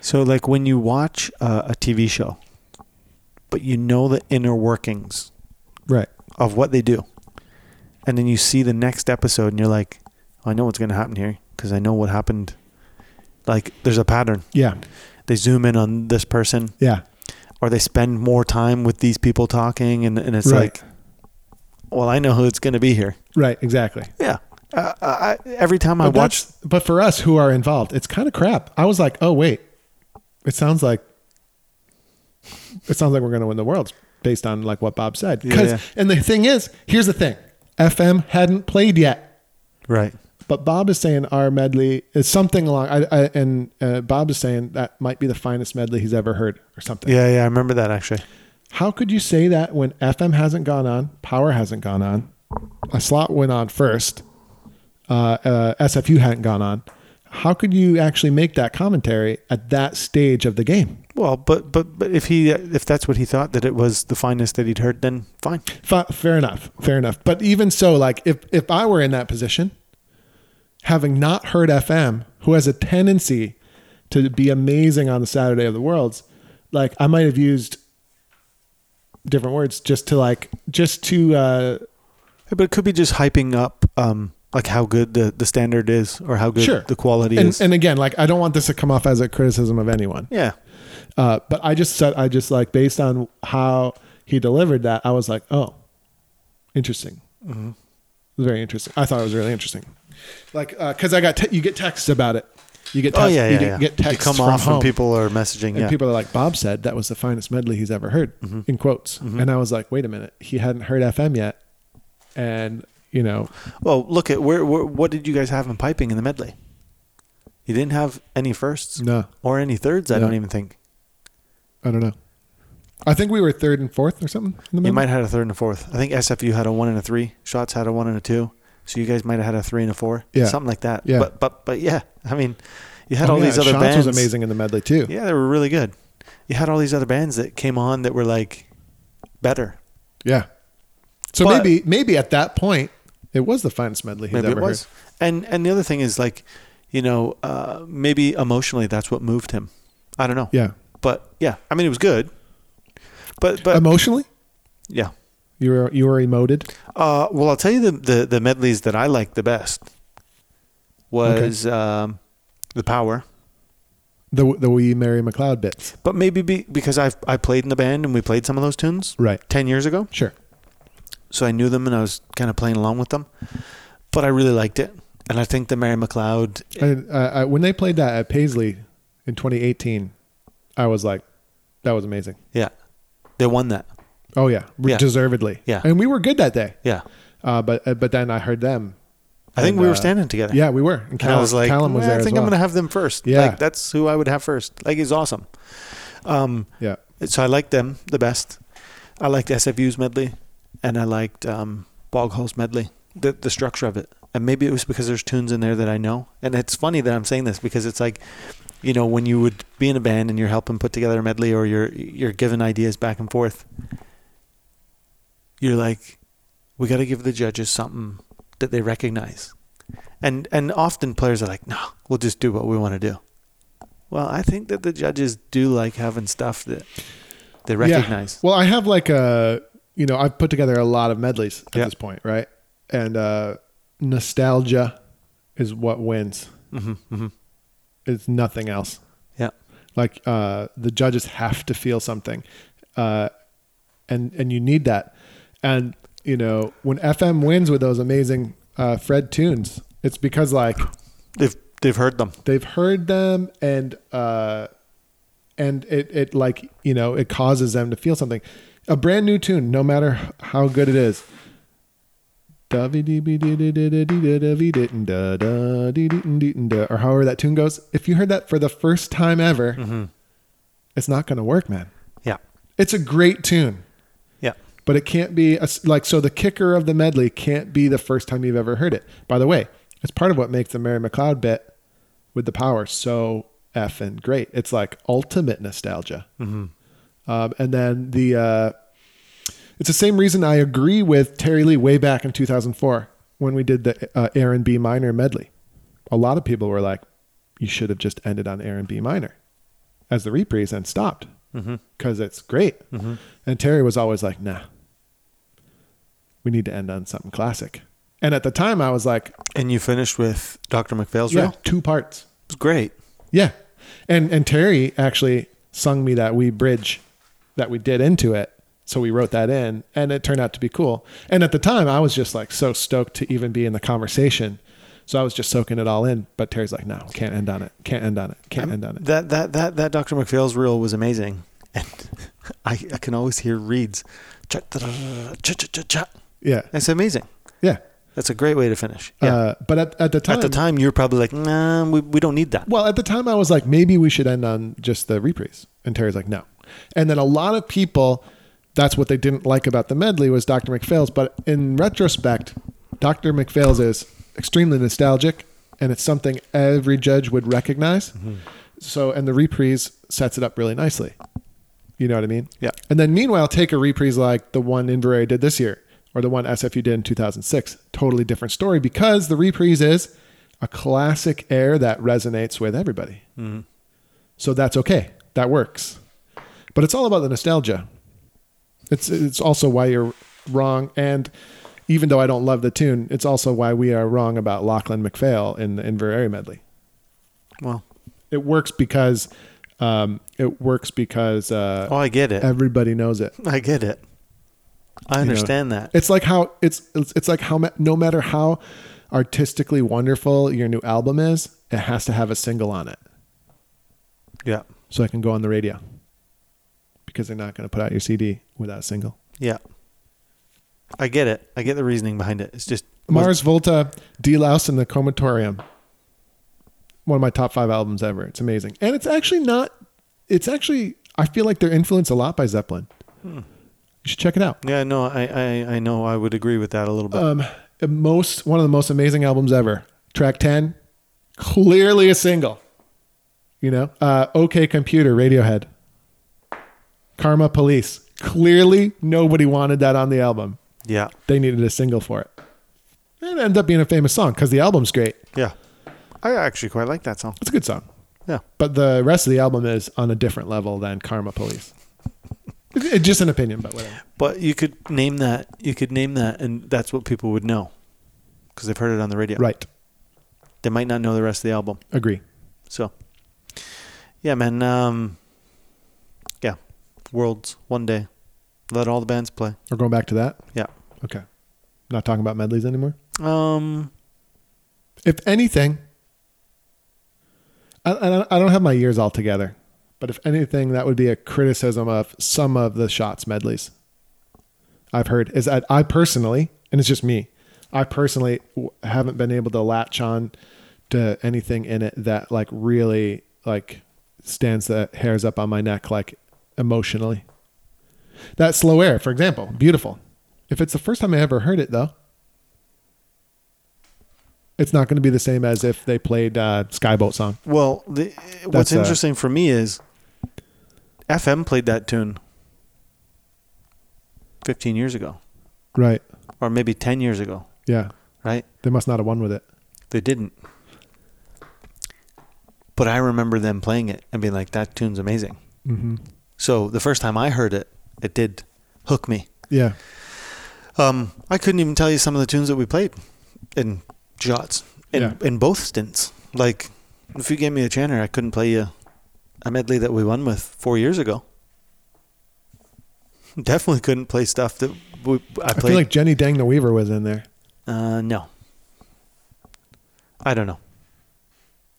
S2: So, like when you watch uh, a TV show, but you know the inner workings
S1: Right.
S2: of what they do, and then you see the next episode, and you're like, "Oh, "I know what's going to happen here because I know what happened." Like, there's a pattern.
S1: Yeah.
S2: They zoom in on this person,
S1: Yeah.
S2: or they spend more time with these people talking, and, and it's
S1: Right.
S2: like, "Well, I know who it's going to be here."
S1: Right. Exactly.
S2: Yeah. Uh, I, every time I
S1: But
S2: watch,
S1: that's- But for us who are involved, it's kind of crap. I was like, oh wait, it sounds like it sounds like we're going to win the world based on like what Bob said. 'Cause-
S2: Yeah.
S1: and the thing is, here's the thing: FM hadn't played yet.
S2: right,
S1: But Bob is saying our medley is something along, I, I, and uh, Bob is saying that might be the finest medley he's ever heard, or something.
S2: yeah, yeah, I remember that actually.
S1: How could you say that when FM hasn't gone on, Power hasn't gone on, a slot went on first, uh, uh, SFU hadn't gone on? How could you actually make that commentary at that stage of the game?
S2: Well, but but but if he if that's what he thought that it was the finest that he'd heard, then fine.
S1: Fa fair enough, fair enough. But even so, like if if I were in that position, having not heard FM, who has a tendency to be amazing on the Saturday of the Worlds, like I might have used different words just to like just to. Uh,
S2: But it could be just hyping up um like how good the the standard is or how good
S1: Sure.
S2: the quality
S1: and,
S2: is.
S1: and again, like I don't want this to come off as a criticism of anyone,
S2: yeah.
S1: uh, but I just said I just like based on how he delivered that, I was like, oh, interesting.
S2: Mm-hmm.
S1: It was very interesting. I thought it was really interesting, like because I got te- you get texts about it. You get
S2: Oh
S1: texts,
S2: yeah,
S1: you
S2: yeah,
S1: get,
S2: yeah.
S1: get
S2: You
S1: texts
S2: come
S1: from
S2: off
S1: home.
S2: when people are messaging.
S1: And
S2: Yeah. Mm-hmm.
S1: people are like, Bob said that was the finest medley he's ever heard, in quotes. And I was like, wait a minute, he hadn't heard FM yet. And, you know,
S2: well, look at where, where what did you guys have in piping in the medley? You didn't have any firsts
S1: no,
S2: or any thirds. I
S1: No.
S2: don't even think
S1: I don't know. I think we were third and fourth or something. In the
S2: you
S1: medley.
S2: might have had a third and a fourth. I think SFU had a one and a three. Shots had a one and a two. So you guys might have had a three and a four.
S1: Yeah.
S2: something like that.
S1: Yeah.
S2: but but but yeah. I mean, you had
S1: Oh,
S2: all
S1: yeah,
S2: these other
S1: Shots
S2: bands.
S1: was amazing in the medley too.
S2: Yeah, they were really good. You had all these other bands that came on that were like better.
S1: Yeah. So
S2: But-
S1: maybe maybe at that point it was the finest medley he's
S2: Maybe it
S1: ever
S2: was. And and the other thing is like, you know, uh, maybe emotionally that's what moved him. I don't know.
S1: heard. Yeah.
S2: But yeah, I mean it was good. But but
S1: Emotionally,
S2: yeah.
S1: you were you were emoted.
S2: Uh, well, I'll tell you the, the the medleys that I liked the best was um, the power.
S1: The the we Mary McLeod bits.
S2: But maybe be, because I I played in the band and we played some of those tunes
S1: Right.
S2: ten years ago.
S1: Sure.
S2: so I knew them and I was kind of playing along with them. But I really liked it, and I think the Mary McLeod.
S1: And, uh, I, when they played that at Paisley in 2018, I was like, that was amazing.
S2: Yeah, they won that.
S1: Oh yeah,
S2: Yeah.
S1: deservedly.
S2: Yeah.
S1: And we were good that day.
S2: Yeah,
S1: Uh, but uh, but then I heard them.
S2: I think
S1: And,
S2: we
S1: uh,
S2: were standing together.
S1: Yeah, we were. And,
S2: And
S1: Callum,
S2: I was like,
S1: Callum was
S2: "Nah,
S1: there.
S2: I
S1: as
S2: think I'm
S1: well.
S2: going to have them first.
S1: Yeah.
S2: Like, that's who I would have first. Like, he's awesome. Um,
S1: Yeah.
S2: So I liked them the best. I liked SFU's medley, and I liked um, Bog Hall's medley. The the structure of it, and maybe it was because there's tunes in there that I know. And it's funny that I'm saying this because it's like, you know, when you would be in a band and you're helping put together a medley, or you're you're giving ideas back and forth. You're like, we got to give the judges something that they recognize, and and often players are like, no, we'll just do what we want to do. Well, I think that the judges do like having stuff that they
S1: Yeah.
S2: recognize.
S1: Well, I have like a you know I've put together a lot of medleys at
S2: Yeah.
S1: this point, right? And uh, nostalgia is what wins.
S2: hmm hmm
S1: It's nothing else.
S2: Yeah.
S1: Like uh, the judges have to feel something, uh, and and you need that. And you know when FM wins with those amazing uh, Fred tunes, it's because like
S2: They've they've heard them.
S1: they've heard them and uh and it it like you know it causes them to feel something a brand new tune no matter how good it is or however that tune goes if you heard that for the first time ever it's not going to work man
S2: Yeah.
S1: it's a great tune
S2: Yeah.
S1: but it can't be a, like so the kicker of the medley can't be the first time you've ever heard it by the way it's part of what makes the mary mcleod bit with the power so f and great it's like ultimate nostalgia um, and then the uh, it's the same reason i agree with terry lee way back in 2004 when we did the uh, aaron b minor medley a lot of people were like you should have just ended on aaron b minor as the reprise and stopped because it's great. And Terry was always like, nah, we need to end on something classic. And at the time, I was like,
S2: And you finished with Dr. McPhail's
S1: yeah,
S2: reel. It
S1: two parts.
S2: was great.
S1: Yeah. And, and Terry actually sung me that wee bridge that we did into it. So we wrote that in and it turned out to be cool. And at the time, I was just like so stoked to even be in the conversation. So I was just soaking it all in. But Terry's like, no, can't end on it. Can't end on it. Can't end on it.
S2: That that that that Dr. McPhail's reel was amazing. And I, I can always hear reeds. Cha- da- da- da- da- cha- cha- cha- cha.
S1: Yeah.
S2: It's amazing.
S1: Yeah.
S2: That's a great way to finish. Yeah.
S1: Uh, but at, at the time,
S2: At the time, you're probably like, nah, we, we don't need that.
S1: Well, at the time, I was like, maybe we should end on just the reprise. And Terry's like, no. And then a lot of people, that's what they didn't like about the medley was Dr. McPhail's. But in retrospect, Dr. McPhail's is extremely nostalgic and it's something every judge would recognize. So, and the reprise sets it up really nicely. You know what I mean?
S2: Yeah.
S1: And then meanwhile, take a reprise like the one Inverary did this year or the one SFU did in 2006. Totally different story because the reprise is a classic air that resonates with everybody.
S2: Mm-hmm.
S1: So that's okay. That works. But it's all about the nostalgia. It's it's also why you're wrong and even though I don't love the tune, it's also why we are wrong about Lachlan McPhail in the Inverary medley
S2: Well,
S1: it works because um, it works because uh,
S2: oh, I get it.
S1: everybody knows it.
S2: I get it. I understand that.
S1: It's like how it's it's, it's like how ma- no matter how artistically wonderful your new album is, it has to have a single on it
S2: Yeah.
S1: so I can go on the radio because they're not going to put out your CD without a single.
S2: Yeah. I get it. I get the reasoning behind it. It's just
S1: Mars Volta, D Louse, and the Comatorium. One of my top five albums ever. It's amazing. And it's actually not, it's actually, I feel like they're influenced a lot by Zeppelin. You should check it out.
S2: Yeah, no, I, I, I know I would agree with that a little bit.
S1: um, most one of the most amazing albums ever. Track ten, clearly a single. You know, uh, OK Computer, Radiohead, Karma Police. Clearly, nobody wanted that on the album.
S2: yeah.
S1: They needed a single for it. And it ended up being a famous song because the album's great.
S2: Yeah. I actually quite like that song.
S1: It's a good song,
S2: Yeah.
S1: but the rest of the album is on a different level than Karma Police. It- it's just an opinion, but whatever.
S2: But you could name that you could name that and that's what people would know. Because they've heard it on the radio.
S1: Right,
S2: They might not know the rest of the album.
S1: agree.
S2: So Yeah, man, um Yeah. Worlds one day. Let all the bands play.
S1: We're going back to that.
S2: Yeah.
S1: Okay, not talking about medleys anymore.
S2: Um
S1: if anything, I, I, don't, I don't have my years all together, but if anything, that would be a criticism of some of the shots medleys I've heard. Is that I personally, and it's just me. I personally w- haven't been able to latch on to anything in it that like really like stands the hairs up on my neck like emotionally. That slow air, for example, beautiful. If it's the first time I ever heard it though, it's not going to be the same as if they played uh, Skyboat song.
S2: Well, the,
S1: That's
S2: what's
S1: a-
S2: interesting for me is FM played that tune 15 years ago
S1: Right.
S2: or maybe 10 years ago,
S1: Yeah.
S2: right?
S1: They must not have won with it.
S2: They didn't. But I remember them playing it and being like, that tune's amazing.
S1: Mm-hmm.
S2: So the first time I heard it, it did hook me.
S1: Yeah.
S2: Um, I couldn't even tell you some of the tunes that we played in shots in,
S1: Yeah.
S2: in both stints. Like, if you gave me a chanter, I couldn't play you a medley that we won with four years ago. Definitely couldn't play stuff that we, I
S1: I, feel
S2: played.
S1: like Jenny Dang the Weaver was in there
S2: uh, no. I don't know.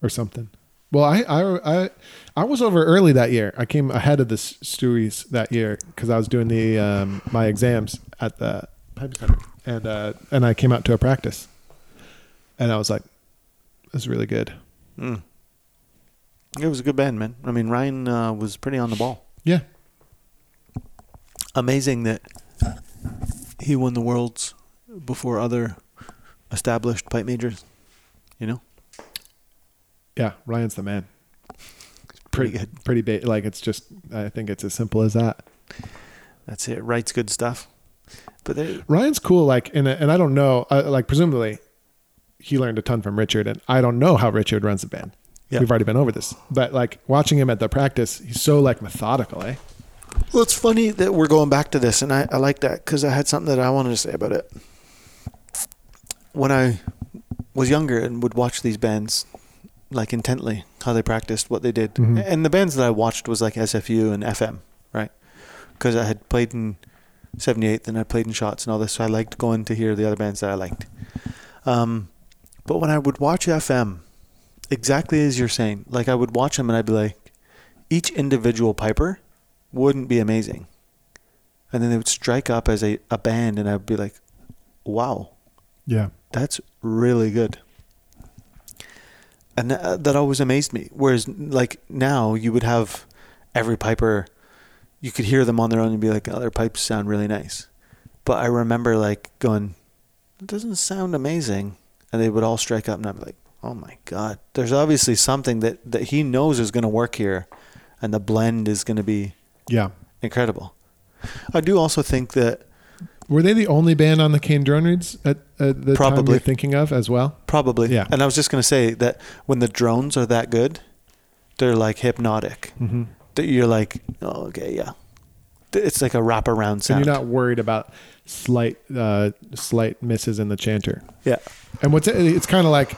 S1: or something. Well, I I I, I was over early that year. I came ahead of the S- Stewies that year because I was doing the um, my exams at the Pipe Center, and uh, and I came out to a practice, and I was like, "That's really good."
S2: Mm. It was a good band, man. I mean, Ryan uh, was pretty on the ball.
S1: Yeah,
S2: amazing that he won the worlds before other established pipe majors. You know,
S1: yeah. Ryan's the man.
S2: Pretty
S1: Pretty good. Pretty ba- like it's just. I think it's as simple as that.
S2: that's it. Writes good stuff, but they,
S1: Ryan's cool. Like, and and I don't know. Uh, like, presumably, he learned a ton from Richard, and I don't know how Richard runs the band.
S2: Yeah.
S1: We've already been over this, but like watching him at the practice, he's so like methodical, eh?
S2: well, it's funny that we're going back to this, and I, I like that because I had something that I wanted to say about it. When I was younger and would watch these bands like intently, how they practiced, what they did,
S1: Mhm.
S2: and the bands that I watched was like SFU and FM, right? Because I had played in 78th and I played in shots and all this. So I liked going to hear the other bands that I liked. Um, but when I would watch FM, exactly as you're saying, like I would watch them and I'd be like, each individual piper wouldn't be amazing. And then they would strike up as a, a band and I'd be like, wow,
S1: Yeah,
S2: that's really good. And tha- uh, that always amazed me. Whereas, like now, you would have every piper, you could hear them on their own and be like, "Oh, their pipes sound really nice." But I remember like going, "It doesn't sound amazing," and they would all strike up, and I'm like, "Oh my god!" There's obviously something that that he knows is going to work here, and the blend is going to be
S1: yeah.
S2: incredible. I do also think that
S1: Were they the only band on the Cane Droneries at, at the time
S2: Probably.
S1: you're thinking of as well?
S2: Probably.
S1: Yeah.
S2: And I was just going to say that when the drones are that good, they're like hypnotic.
S1: Mm-hmm.
S2: That you're like, oh, okay, yeah. Th- It's like a wraparound
S1: And
S2: sound.
S1: you're not worried about slight uh, slight misses in the chanter.
S2: yeah.
S1: And what's it's kind of like,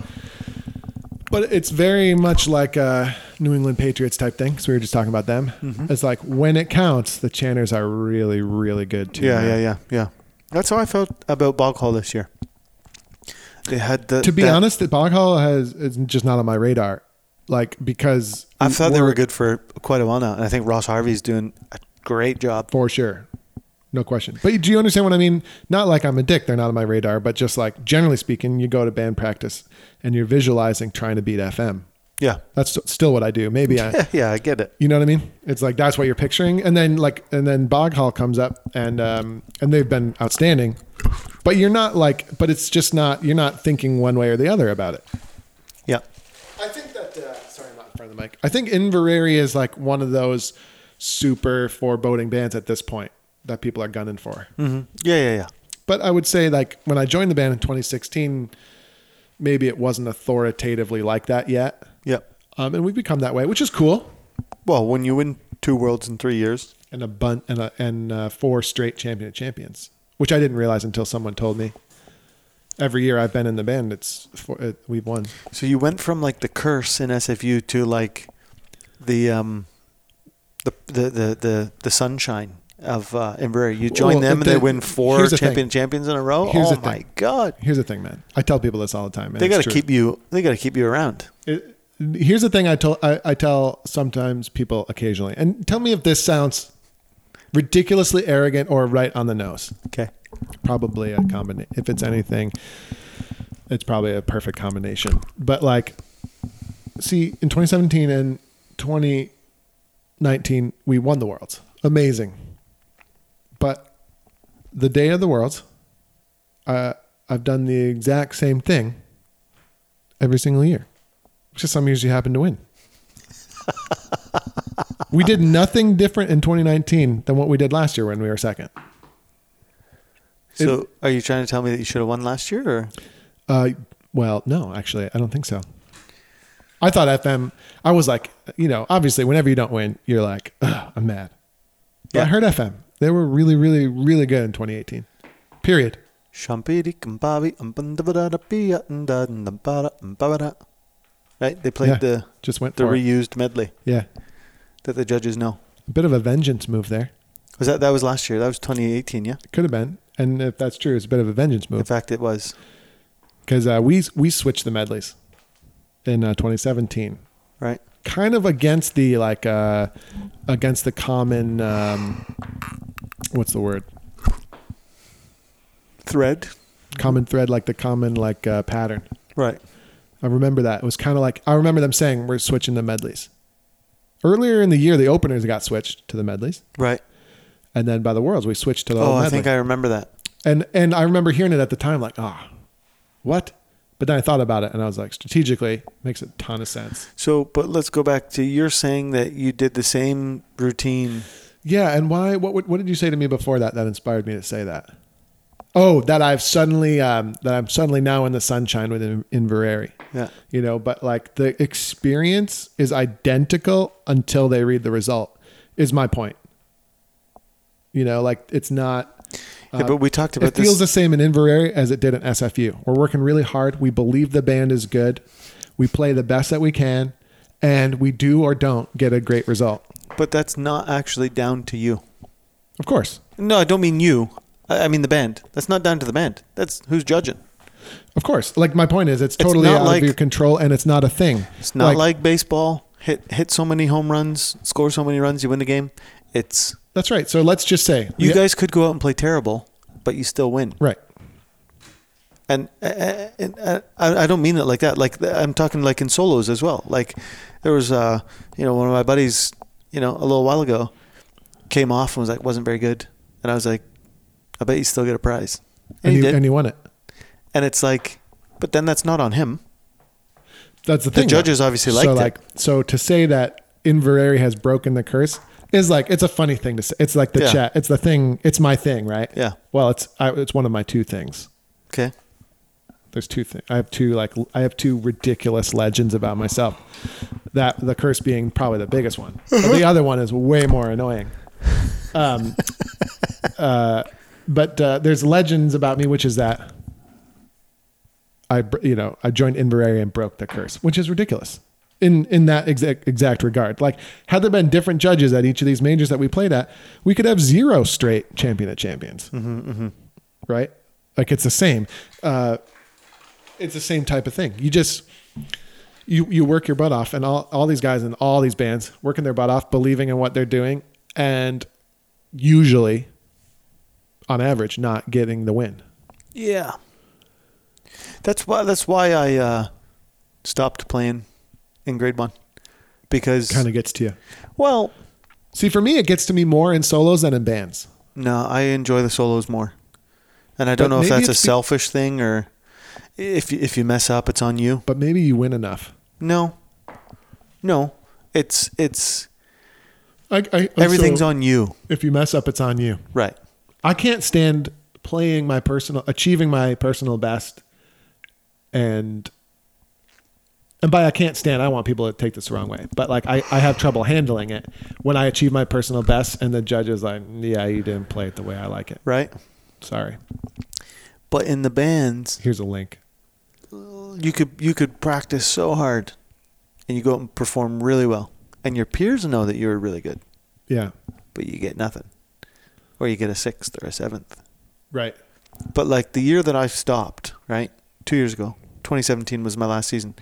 S1: but it's very much like a New England Patriots type thing. So we were just talking about them.
S2: Mm-hmm.
S1: It's like when it counts, the chanters are really, really good too.
S2: Yeah, yeah, yeah, yeah. That's how I felt about Bog Hall this year. They had the.
S1: To be
S2: that-
S1: honest, the Bog Hall has is just not on my radar, like because
S2: I thought they were good for quite a while now. And I think Ross Harvey's doing a great job.
S1: for sure, no question. But do you understand what I mean? Not like I'm a dick; they're not on my radar, but just like generally speaking, you go to band practice and you're visualizing trying to beat FM.
S2: Yeah.
S1: That's still what I do. Maybe I,
S2: Yeah, yeah, I get it.
S1: You know what I mean? It's like that's what you're picturing, and then like, and then Bog Hall comes up, and um, and they've been outstanding, but you're not like, but it's just not. You're not thinking one way or the other about it.
S2: Yeah.
S1: I think that. Uh, sorry, I'm not in front of the mic. I think Inverary is like one of those super foreboding bands at this point that people are gunning for.
S2: hmm Yeah, yeah, yeah.
S1: But I would say like when I joined the band in 2016, maybe it wasn't authoritatively like that yet,
S2: Yeah.
S1: um, and we've become that way, which is cool.
S2: Well, when you win two worlds in three years,
S1: and a bun and a, and uh, four straight champion of champions, which I didn't realize until someone told me. Every year I've been in the band, it's four, it, we've won.
S2: So you went from like the curse in SFU to like the um the the the the, the sunshine of uh Inverary. You join
S1: Well,
S2: them and
S1: the-
S2: they win four
S1: here's the
S2: champion champions in a row.
S1: Here's
S2: oh
S1: the
S2: my
S1: thing.
S2: god.
S1: Here's the thing, man. I tell people this all the time. and
S2: They
S1: it's
S2: got to
S1: true.
S2: keep you they got to keep you around.
S1: It, here's the thing I tell I, I tell sometimes people occasionally, and tell me if this sounds ridiculously arrogant or right on the nose.
S2: Okay.
S1: probably a combination. If it's anything, it's probably a perfect combination. But like, see, in 2017 and 2019, we won the worlds. Amazing. But the day of the worlds, uh, I've done the exact same thing every single year. It's just some years you happen to win. we did nothing different in 2019 than what we did last year when we were second.
S2: So are you trying to tell me that you should have won last year? Or
S1: Uh, well, no, actually, I don't think so. I thought FM. I was like, you know, obviously, whenever you don't win, you're like, Ugh, I'm mad. But I
S2: Yeah.
S1: heard FM. They were really, really, really good in 2018. Period.
S2: Shampiri Kambabi Umbandabadapia and Babada. Right? They played
S1: Yeah.
S2: the
S1: Just went
S2: the
S1: for it.
S2: reused medley
S1: Yeah,
S2: that the judges know.
S1: a bit of a vengeance move there.
S2: Was that that was last year? That was 2018, yeah.
S1: It could have been, and if that's true, it's a bit of a vengeance
S2: In
S1: move
S2: fact, it was
S1: because uh, we we switched the medleys in uh, 2017.
S2: right.
S1: kind of against the like uh against the common um what's the word
S2: Thread,
S1: common thread like the common like uh pattern
S2: right?
S1: i remember that it was kind of like i remember them saying we're switching the medleys earlier in the year the openers got switched to the medleys
S2: Right.
S1: and then by the worlds we switched to the
S2: Oh,
S1: whole
S2: I
S1: medley.
S2: think I remember that.
S1: and and i remember hearing it at the time like ah what but then i thought about it and i was like strategically makes a ton of sense
S2: So, but let's go back to you're saying that you did the same routine.
S1: Yeah, and why? What would- what did you say to me before that that inspired me to say that? Oh, that I've suddenly um, that I'm suddenly now in the sunshine with in Inverary.
S2: Yeah.
S1: You know, but like the experience is identical until they read the result. Is my point. You know, like it's not. uh,
S2: Yeah, but we talked about
S1: It feels
S2: this.
S1: the same in Inverary as it did in SFU. We're working really hard. We believe the band is good. We play the best that we can, and we do or don't get a great result.
S2: but that's not actually down to you.
S1: Of course,
S2: No, I don't mean you. I, I mean the band. That's not down to the band. That's who's judging.
S1: Of course. Like my point is, it's totally
S2: not
S1: out
S2: like-
S1: of your control, and it's not a thing.
S2: It's not like, baseball. Hit hit so many home runs, score so many runs, you win the game. It's
S1: that's right. So let's just say
S2: you
S1: Yeah.
S2: guys could go out and play terrible, but you still win.
S1: right.
S2: And, uh, uh, and uh, I I don't mean it like that. Like th- I'm talking like in solos as well. Like there was uh you know one of my buddies you know a little while ago came off and was like wasn't very good, and I was like, I bet you still get a prize. And,
S1: And
S2: he
S1: you,
S2: did.
S1: and you won it.
S2: and it's like, but then that's not on him.
S1: That's the
S2: The
S1: thing.
S2: judges obviously liked
S1: so
S2: it.
S1: like so to say that Inverary has broken the curse is like it's a funny thing to say. It's like the
S2: Yeah.
S1: chat. It's the thing. It's my thing, right?
S2: Yeah.
S1: Well, it's I, it's one of my two things.
S2: Okay.
S1: There's two things. I have two like l- I have two ridiculous legends about myself. That the curse being probably the biggest one. But the other one is way more annoying. Um, uh, but uh, there's legends about me, which is that I br- you know I joined Inverary and broke the curse, which is ridiculous. In in that exact exact regard, like had there been different judges at each of these majors that we played at, we could have zero straight champion at champions, right? Like it's the same. Uh, it's the same type of thing. You just you you work your butt off, and all all these guys in all these bands working their butt off, believing in what they're doing, and usually, on average, not getting the win.
S2: Yeah. That's why. That's why I uh, stopped playing in grade one because
S1: Kind of gets to you.
S2: well,
S1: See, for me, it gets to me more in solos than in bands.
S2: no, I enjoy the solos more, and I don't
S1: But
S2: know if
S1: maybe
S2: that's a
S1: it's be-
S2: selfish thing or if you- if you mess up, it's on you.
S1: But maybe you win enough.
S2: No, no, it's it's
S1: I, I,
S2: everything's
S1: Oh, so
S2: on you,
S1: If you mess up, it's on you.
S2: right?
S1: I can't stand playing my personal, achieving my personal best, and and by I can't stand, I want people to take this the wrong way. But like I, I have trouble handling it when I achieve my personal best, and the judge is like, "Yeah, you didn't play it the way I like it.
S2: Right.
S1: Sorry.
S2: But in the bands,
S1: Here's a link."
S2: you could you could practice so hard, and you go out and perform really well, and your peers know that you're really good.
S1: Yeah.
S2: but you get nothing. Or you get a sixth or a seventh.
S1: Right.
S2: But like the year that I stopped, right? Two years ago, 2017 was my last season.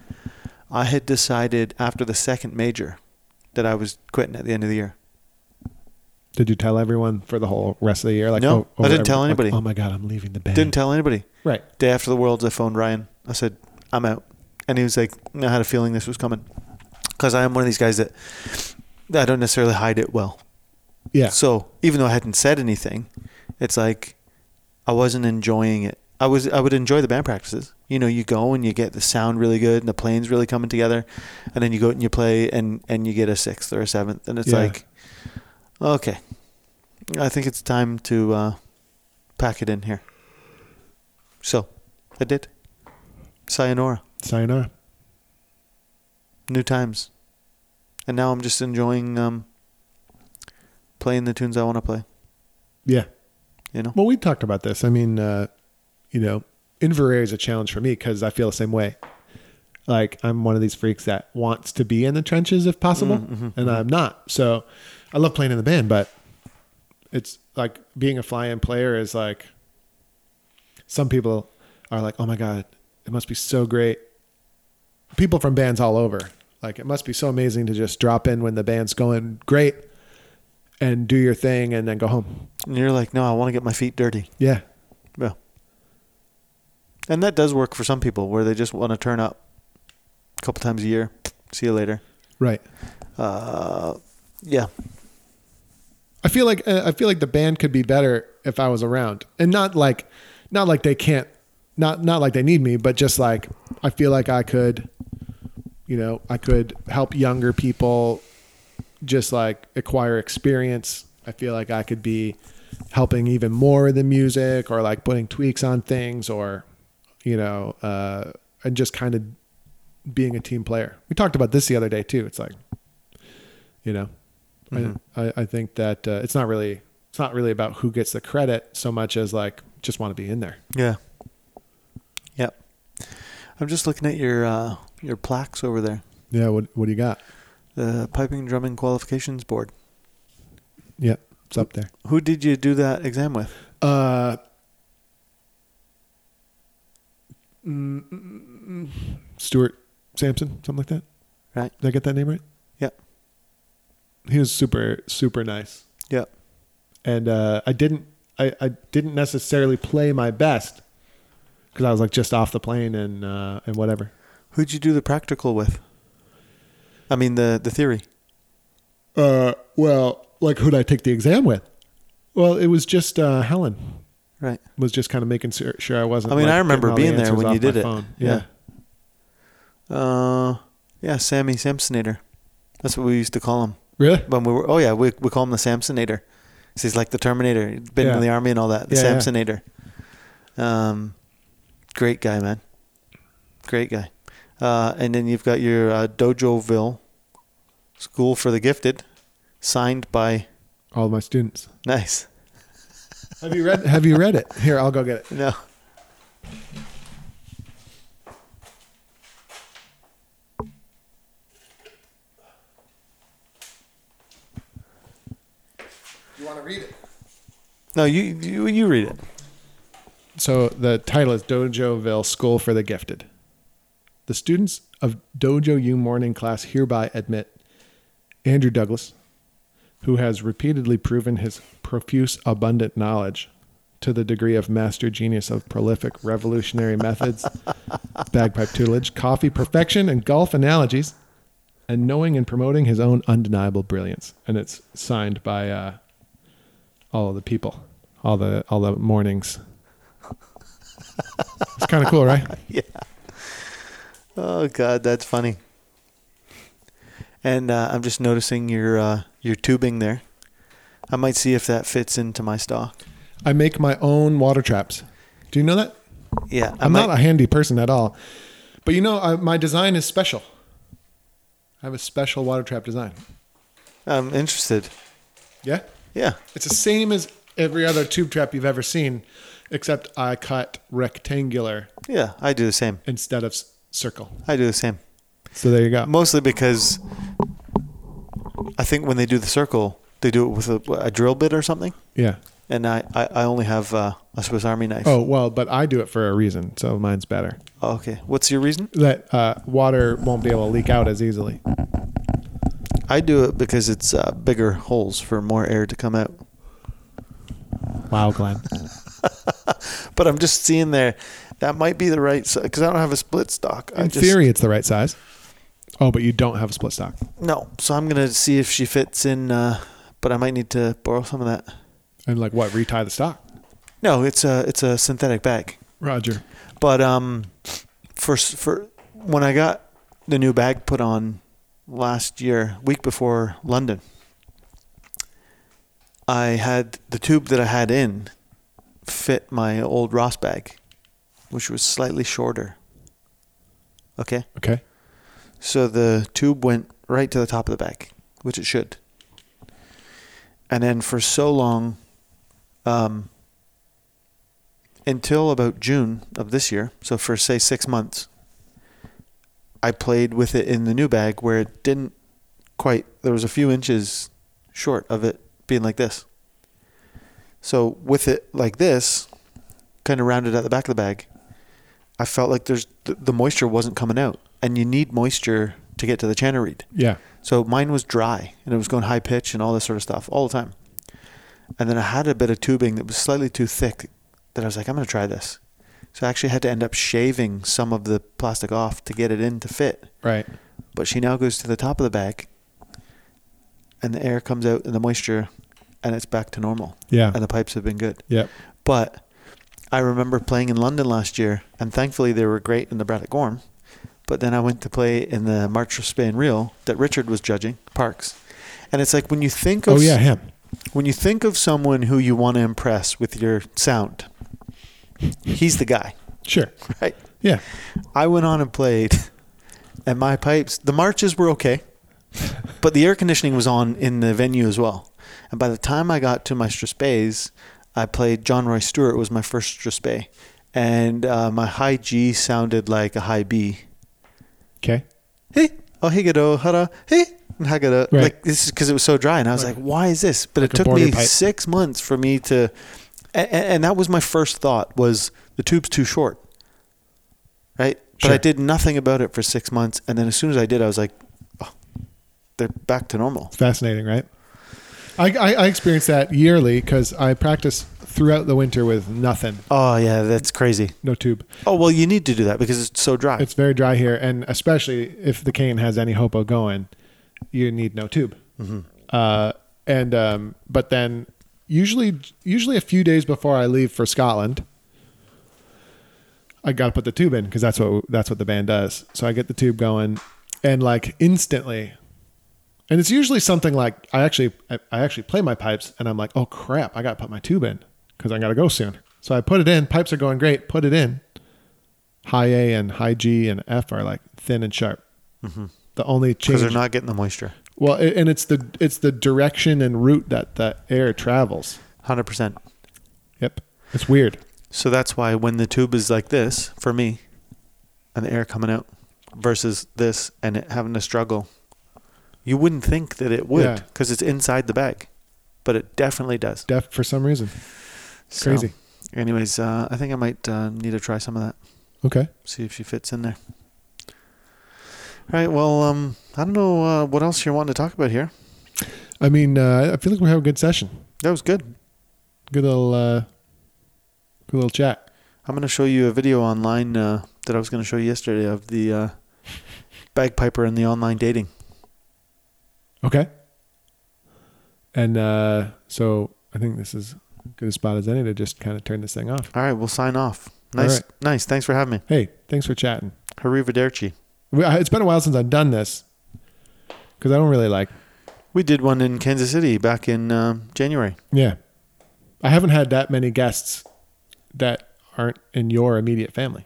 S2: I had decided after the second major that I was quitting at the end of the year.
S1: Did you tell everyone for the whole rest of the year? Like,
S2: No, I didn't tell
S1: like,
S2: anybody.
S1: oh my god, I'm leaving the band.
S2: Didn't tell anybody.
S1: Right.
S2: Day after the worlds, I phoned Ryan. I said, I'm out. And he was like, I had a feeling this was coming. Because I am one of these guys that I don't necessarily hide it well.
S1: Yeah.
S2: So even though I hadn't said anything, it's like I wasn't enjoying it. I was I would enjoy the band practices. You know, you go and you get the sound really good and the planes really coming together, and then you go out and you play and and you get a sixth or a seventh, and it's
S1: Yeah.
S2: like, okay, I think it's time to uh, pack it in here. So I did. Sayonara,
S1: Sayonara.
S2: new times, and now I'm just enjoying um, playing the tunes I want to play.
S1: Yeah.
S2: You know.
S1: Well, we talked about this. I mean, uh, you know, Inverary is a challenge for me because I feel the same way. Like I'm one of these freaks that wants to be in the trenches if possible, and I'm not. So I love playing in the band, but it's like being a fly-in player is like some people are like, "Oh my god, it must be so great." People from bands all over, like it must be so amazing to just drop in when the band's going great and do your thing and then go home.
S2: And you're like, no, I want to get my feet dirty.
S1: Yeah,
S2: Yeah. And that does work for some people where they just want to turn up a couple times a year. See you later.
S1: right.
S2: Uh, yeah.
S1: I feel like uh, I feel like the band could be better if I was around, and not like, not like they can't, not not like they need me, but just like I feel like I could, you know, I could help younger people, just like acquire experience. I feel like I could be helping even more than music, or like putting tweaks on things, or you know, uh, and just kind of being a team player. We talked about this the other day too. It's like, you know, I, I, I think that uh, it's not really it's not really about who gets the credit so much as like just want to be in there.
S2: Yeah. Yep. I'm just looking at your uh, your plaques over there.
S1: Yeah. What What do you got?
S2: The Piping and Drumming Qualifications Board.
S1: Yeah, it's up there.
S2: Who did you do that exam with?
S1: Uh. mm, mm, mm, Stuart Sampson, something like that.
S2: Right.
S1: Did I get that name right?
S2: Yep.
S1: He was super super nice.
S2: Yep.
S1: and uh, I didn't I, I didn't necessarily play my best because I was like just off the plane and uh, and whatever.
S2: Who'd you do the practical with? I mean, the, the theory.
S1: Uh, well, like who'd I take the exam with? Well, it was just uh, Helen
S2: Right.
S1: was just kind of making sur- sure I wasn't.
S2: I mean,
S1: like,
S2: I remember
S1: getting all the
S2: being there
S1: answers
S2: when you
S1: off my
S2: did it.
S1: phone.
S2: Yeah.
S1: Yeah.
S2: Uh, yeah, Sammy Sampsonator. That's what we used to call him.
S1: really?
S2: when we were oh yeah we we call him the Samsonator. 'Cause he's like the Terminator. He'd been
S1: Yeah.
S2: in the army and all that. The
S1: Yeah, yeah.
S2: Samsonator. Um, great guy, man. Great guy. Uh, and then you've got your uh, Dojoville School for the Gifted, signed by
S1: All my students.
S2: nice.
S1: Have you read? Have you read it? Here, I'll go get it.
S2: No.
S1: You want to read it?
S2: No, you you you read it.
S1: So the title is Dojoville School for the Gifted. The students of Dojo U morning class hereby admit Andrew Douglas, who has repeatedly proven his profuse, abundant knowledge to the degree of master genius of prolific revolutionary methods, bagpipe tutelage, coffee perfection, and golf analogies, and knowing and promoting his own undeniable brilliance. And it's signed by uh, all the people, all the all the mornings. It's kind of cool, right?
S2: Oh God, that's funny. And uh, I'm just noticing your uh, your tubing there. I might see if that fits into my stock.
S1: I make my own water traps. Do you know that?
S2: Yeah, I
S1: I'm
S2: might-
S1: not a handy person at all, but you know I, my design is special. I have a special water trap design.
S2: I'm interested.
S1: Yeah,
S2: Yeah.
S1: it's the same as every other tube trap you've ever seen, except I cut rectangular
S2: Yeah. I do the same.
S1: instead of s- circle.
S2: I do the same.
S1: So there you go.
S2: Mostly because I think when they do the circle, they do it with a, a drill bit or something.
S1: Yeah.
S2: And I, I, I only have uh, a Swiss Army knife.
S1: Oh well, but I do it for a reason, so mine's better.
S2: Okay. What's your reason?
S1: That uh, water won't be able to leak out as easily.
S2: I do it because it's uh, bigger holes for more air to come out.
S3: Wow, Glenn.
S2: But I'm just seeing there. That might be the right because I don't have a split stock. I
S1: In
S2: just,
S1: theory, it's the right size. Oh, but you don't have a split stock.
S2: no. So I'm gonna see if she fits in. Uh, but I might need to borrow some of that.
S1: And like what? Retie the stock.
S2: No, it's a it's a synthetic bag.
S1: Roger.
S2: But um, for for when I got the new bag put on last year, week before London, I had the tube that I had in fit my old Ross bag, which was slightly shorter. Okay,
S1: Okay.
S2: so the tube went right to the top of the bag, which it should. And then for so long, um, until about June of this year, so for say six months, I played with it in the new bag where it didn't quite, there was a few inches short of it being like this. So with it like this, kind of rounded at the back of the bag, I felt like there's th- the moisture wasn't coming out, and you need moisture to get to the channel read.
S1: Yeah.
S2: So mine was dry and it was going high pitch and all this sort of stuff all the time. And then I had a bit of tubing that was slightly too thick that I was like, I'm going to try this. So I actually had to end up shaving some of the plastic off to get it in to fit.
S1: Right.
S2: But she now goes to the top of the bag and the air comes out and the moisture and it's back to normal.
S1: Yeah.
S2: And the pipes have been good.
S1: Yep.
S2: But I remember playing in London last year, and thankfully they were great in the Braddock Gorm. But then I went to play in the March of Spain Reel that Richard was judging, Parks. And it's like when you think of
S1: Oh yeah, him.
S2: when you think of someone who you want to impress with your sound, he's the guy,
S1: Sure.
S2: right?
S1: Yeah.
S2: I went on and played, and my pipes, the marches were okay, but the air conditioning was on in the venue as well. And by the time I got to my Straspes, I played John Roy Stewart was my first Straspe, and uh, my high G sounded like a high B.
S1: Okay.
S2: Hey, oh hey, gado, hara, hey, and hagada.
S1: Right.
S2: Like this is because it was so dry, and I was
S1: Right.
S2: like, why is this? But
S1: Like a
S2: it took
S1: border
S2: me
S1: pipe.
S2: six months for me to, and, and that was my first thought was the tube's too short, right? But
S1: Sure.
S2: I did nothing about it for six months, and then as soon as I did, I was like, oh, they're back to normal.
S1: It's fascinating, right? I, I, I experience that yearly because I practice throughout the winter with nothing,
S2: Oh yeah, that's crazy.
S1: no tube.
S2: Oh well, you need to do that because it's so dry.
S1: It's very dry here, and especially if the cane has any hope of going, you need no tube. Uh, and um, but then usually usually a few days before I leave for Scotland, I got to put the tube in because that's what that's what the band does. So I get the tube going, and like instantly, and it's usually something like I actually I, I actually play my pipes, and I'm like, oh crap, I got to put my tube in because I got to go soon. So I put it in. Pipes are going great. Put it in. High A and high G and F are like thin and sharp. The only change
S2: because Mm-hmm. they're not getting the moisture.
S1: well, a- and it's the it's the direction and route that the air travels.
S2: Hundred percent.
S1: Yep, it's weird.
S2: So that's why when the tube is like this for me, and the air coming out, versus this and it having to struggle, you wouldn't think that it
S1: Yeah.
S2: would because it's inside the bag, but it definitely does.
S1: Deaf for some reason.
S2: So,
S1: Crazy.
S2: anyways, uh, I think I might uh, need to try some of that.
S1: Okay.
S2: See if she fits in there. All right. Well, um, I don't know uh, what else you're wanting to talk about here.
S1: I mean, uh, I feel like we have a good session.
S2: That was good.
S1: Good little, uh, good little chat.
S2: I'm going to show you a video online uh, that I was going to show you yesterday of the uh, bagpiper and the online dating.
S1: Okay. And uh, so I think this is as good a spot as any to just kind of turn this thing off.
S2: All right, we'll sign off.
S1: All
S2: Nice,
S1: right.
S2: nice. Thanks for having me.
S1: Hey, thanks for chatting.
S2: Arrivederci.
S1: We- I- It's been a while since I've done this because I don't really like.
S2: We did one in Kansas City back in um, January.
S1: Yeah, I haven't had that many guests that aren't in your immediate family.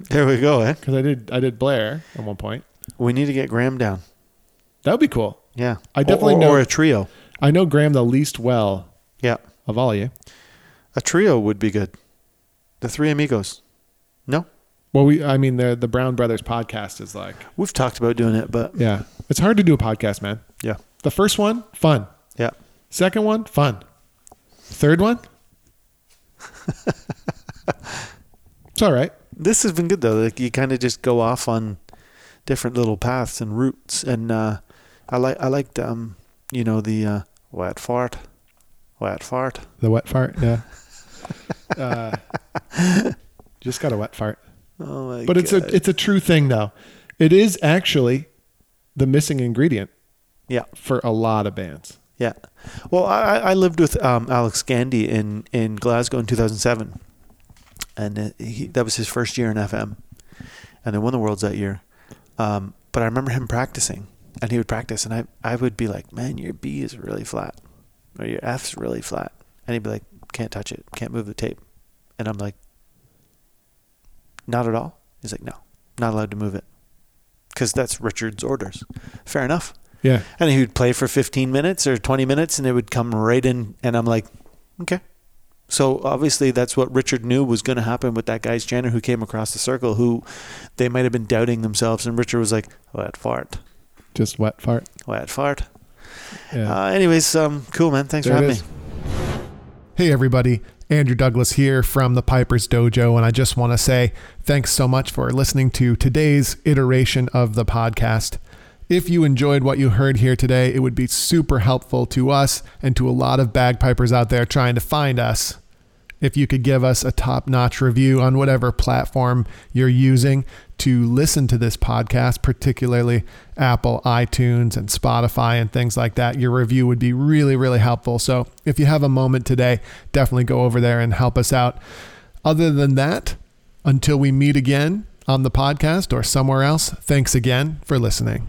S2: There we go. Eh?
S1: Because I did, I did Blair at one point.
S2: We need to get Graham down.
S1: That would be cool.
S2: Yeah,
S1: I definitely
S2: or,
S1: know-
S2: Or a trio.
S1: I know Graham the least well
S2: Yeah,
S1: of all of you.
S2: a trio would be good. The three amigos. No,
S1: Well, we, I mean, the the Brown Brothers podcast is like,
S2: we've talked about doing it, but
S1: yeah, it's hard to do a podcast, man.
S2: yeah,
S1: The first one, fun.
S2: yeah.
S1: Second one, fun. Third one, it's all right.
S2: This has been good though. Like you kind of just go off on different little paths and routes, and uh, I like I liked um you know the uh, wet fart, wet fart.
S1: The wet fart. Yeah. uh, just got a wet fart.
S2: Oh my
S1: But it's a it's a true thing though. It is actually the missing ingredient
S2: yeah
S1: for a lot of bands.
S2: yeah. Well, I I I lived with um, Alex Gandy in in Glasgow in 2007, and uh, he, that was his first year in FM, and they won the worlds that year. Um, but I remember him practicing, and he would practice, and I I would be like, man, your B is really flat, or your F's really flat, and he'd be like, can't touch it, can't move the tape, and I'm like, not at all. He's like, no, not allowed to move it, because that's Richard's orders. Fair enough.
S1: Yeah.
S2: And he would play for 15 minutes or 20 minutes and it would come right in. And I'm like, okay. So obviously that's what Richard knew was going to happen with that guy's chanter who came across the circle, who they might have been doubting themselves. And Richard was like, wet fart,
S1: Just wet fart.
S2: wet fart.
S1: Yeah.
S2: Uh, anyways, um, cool, man. Thanks
S1: There
S2: for
S1: it
S2: having me.
S1: is.
S4: Hey, everybody. Andrew Douglas here from the Piper's Dojo, and I just want to say thanks so much for listening to today's iteration of the podcast. If you enjoyed what you heard here today, it would be super helpful to us and to a lot of bagpipers out there trying to find us if you could give us a top notch review on whatever platform you're using to listen to this podcast, particularly Apple, iTunes, and Spotify, and things like that. Your review would be really, really helpful. So if you have a moment today, definitely go over there and help us out. Other than that, until we meet again on the podcast or somewhere else, thanks again for listening.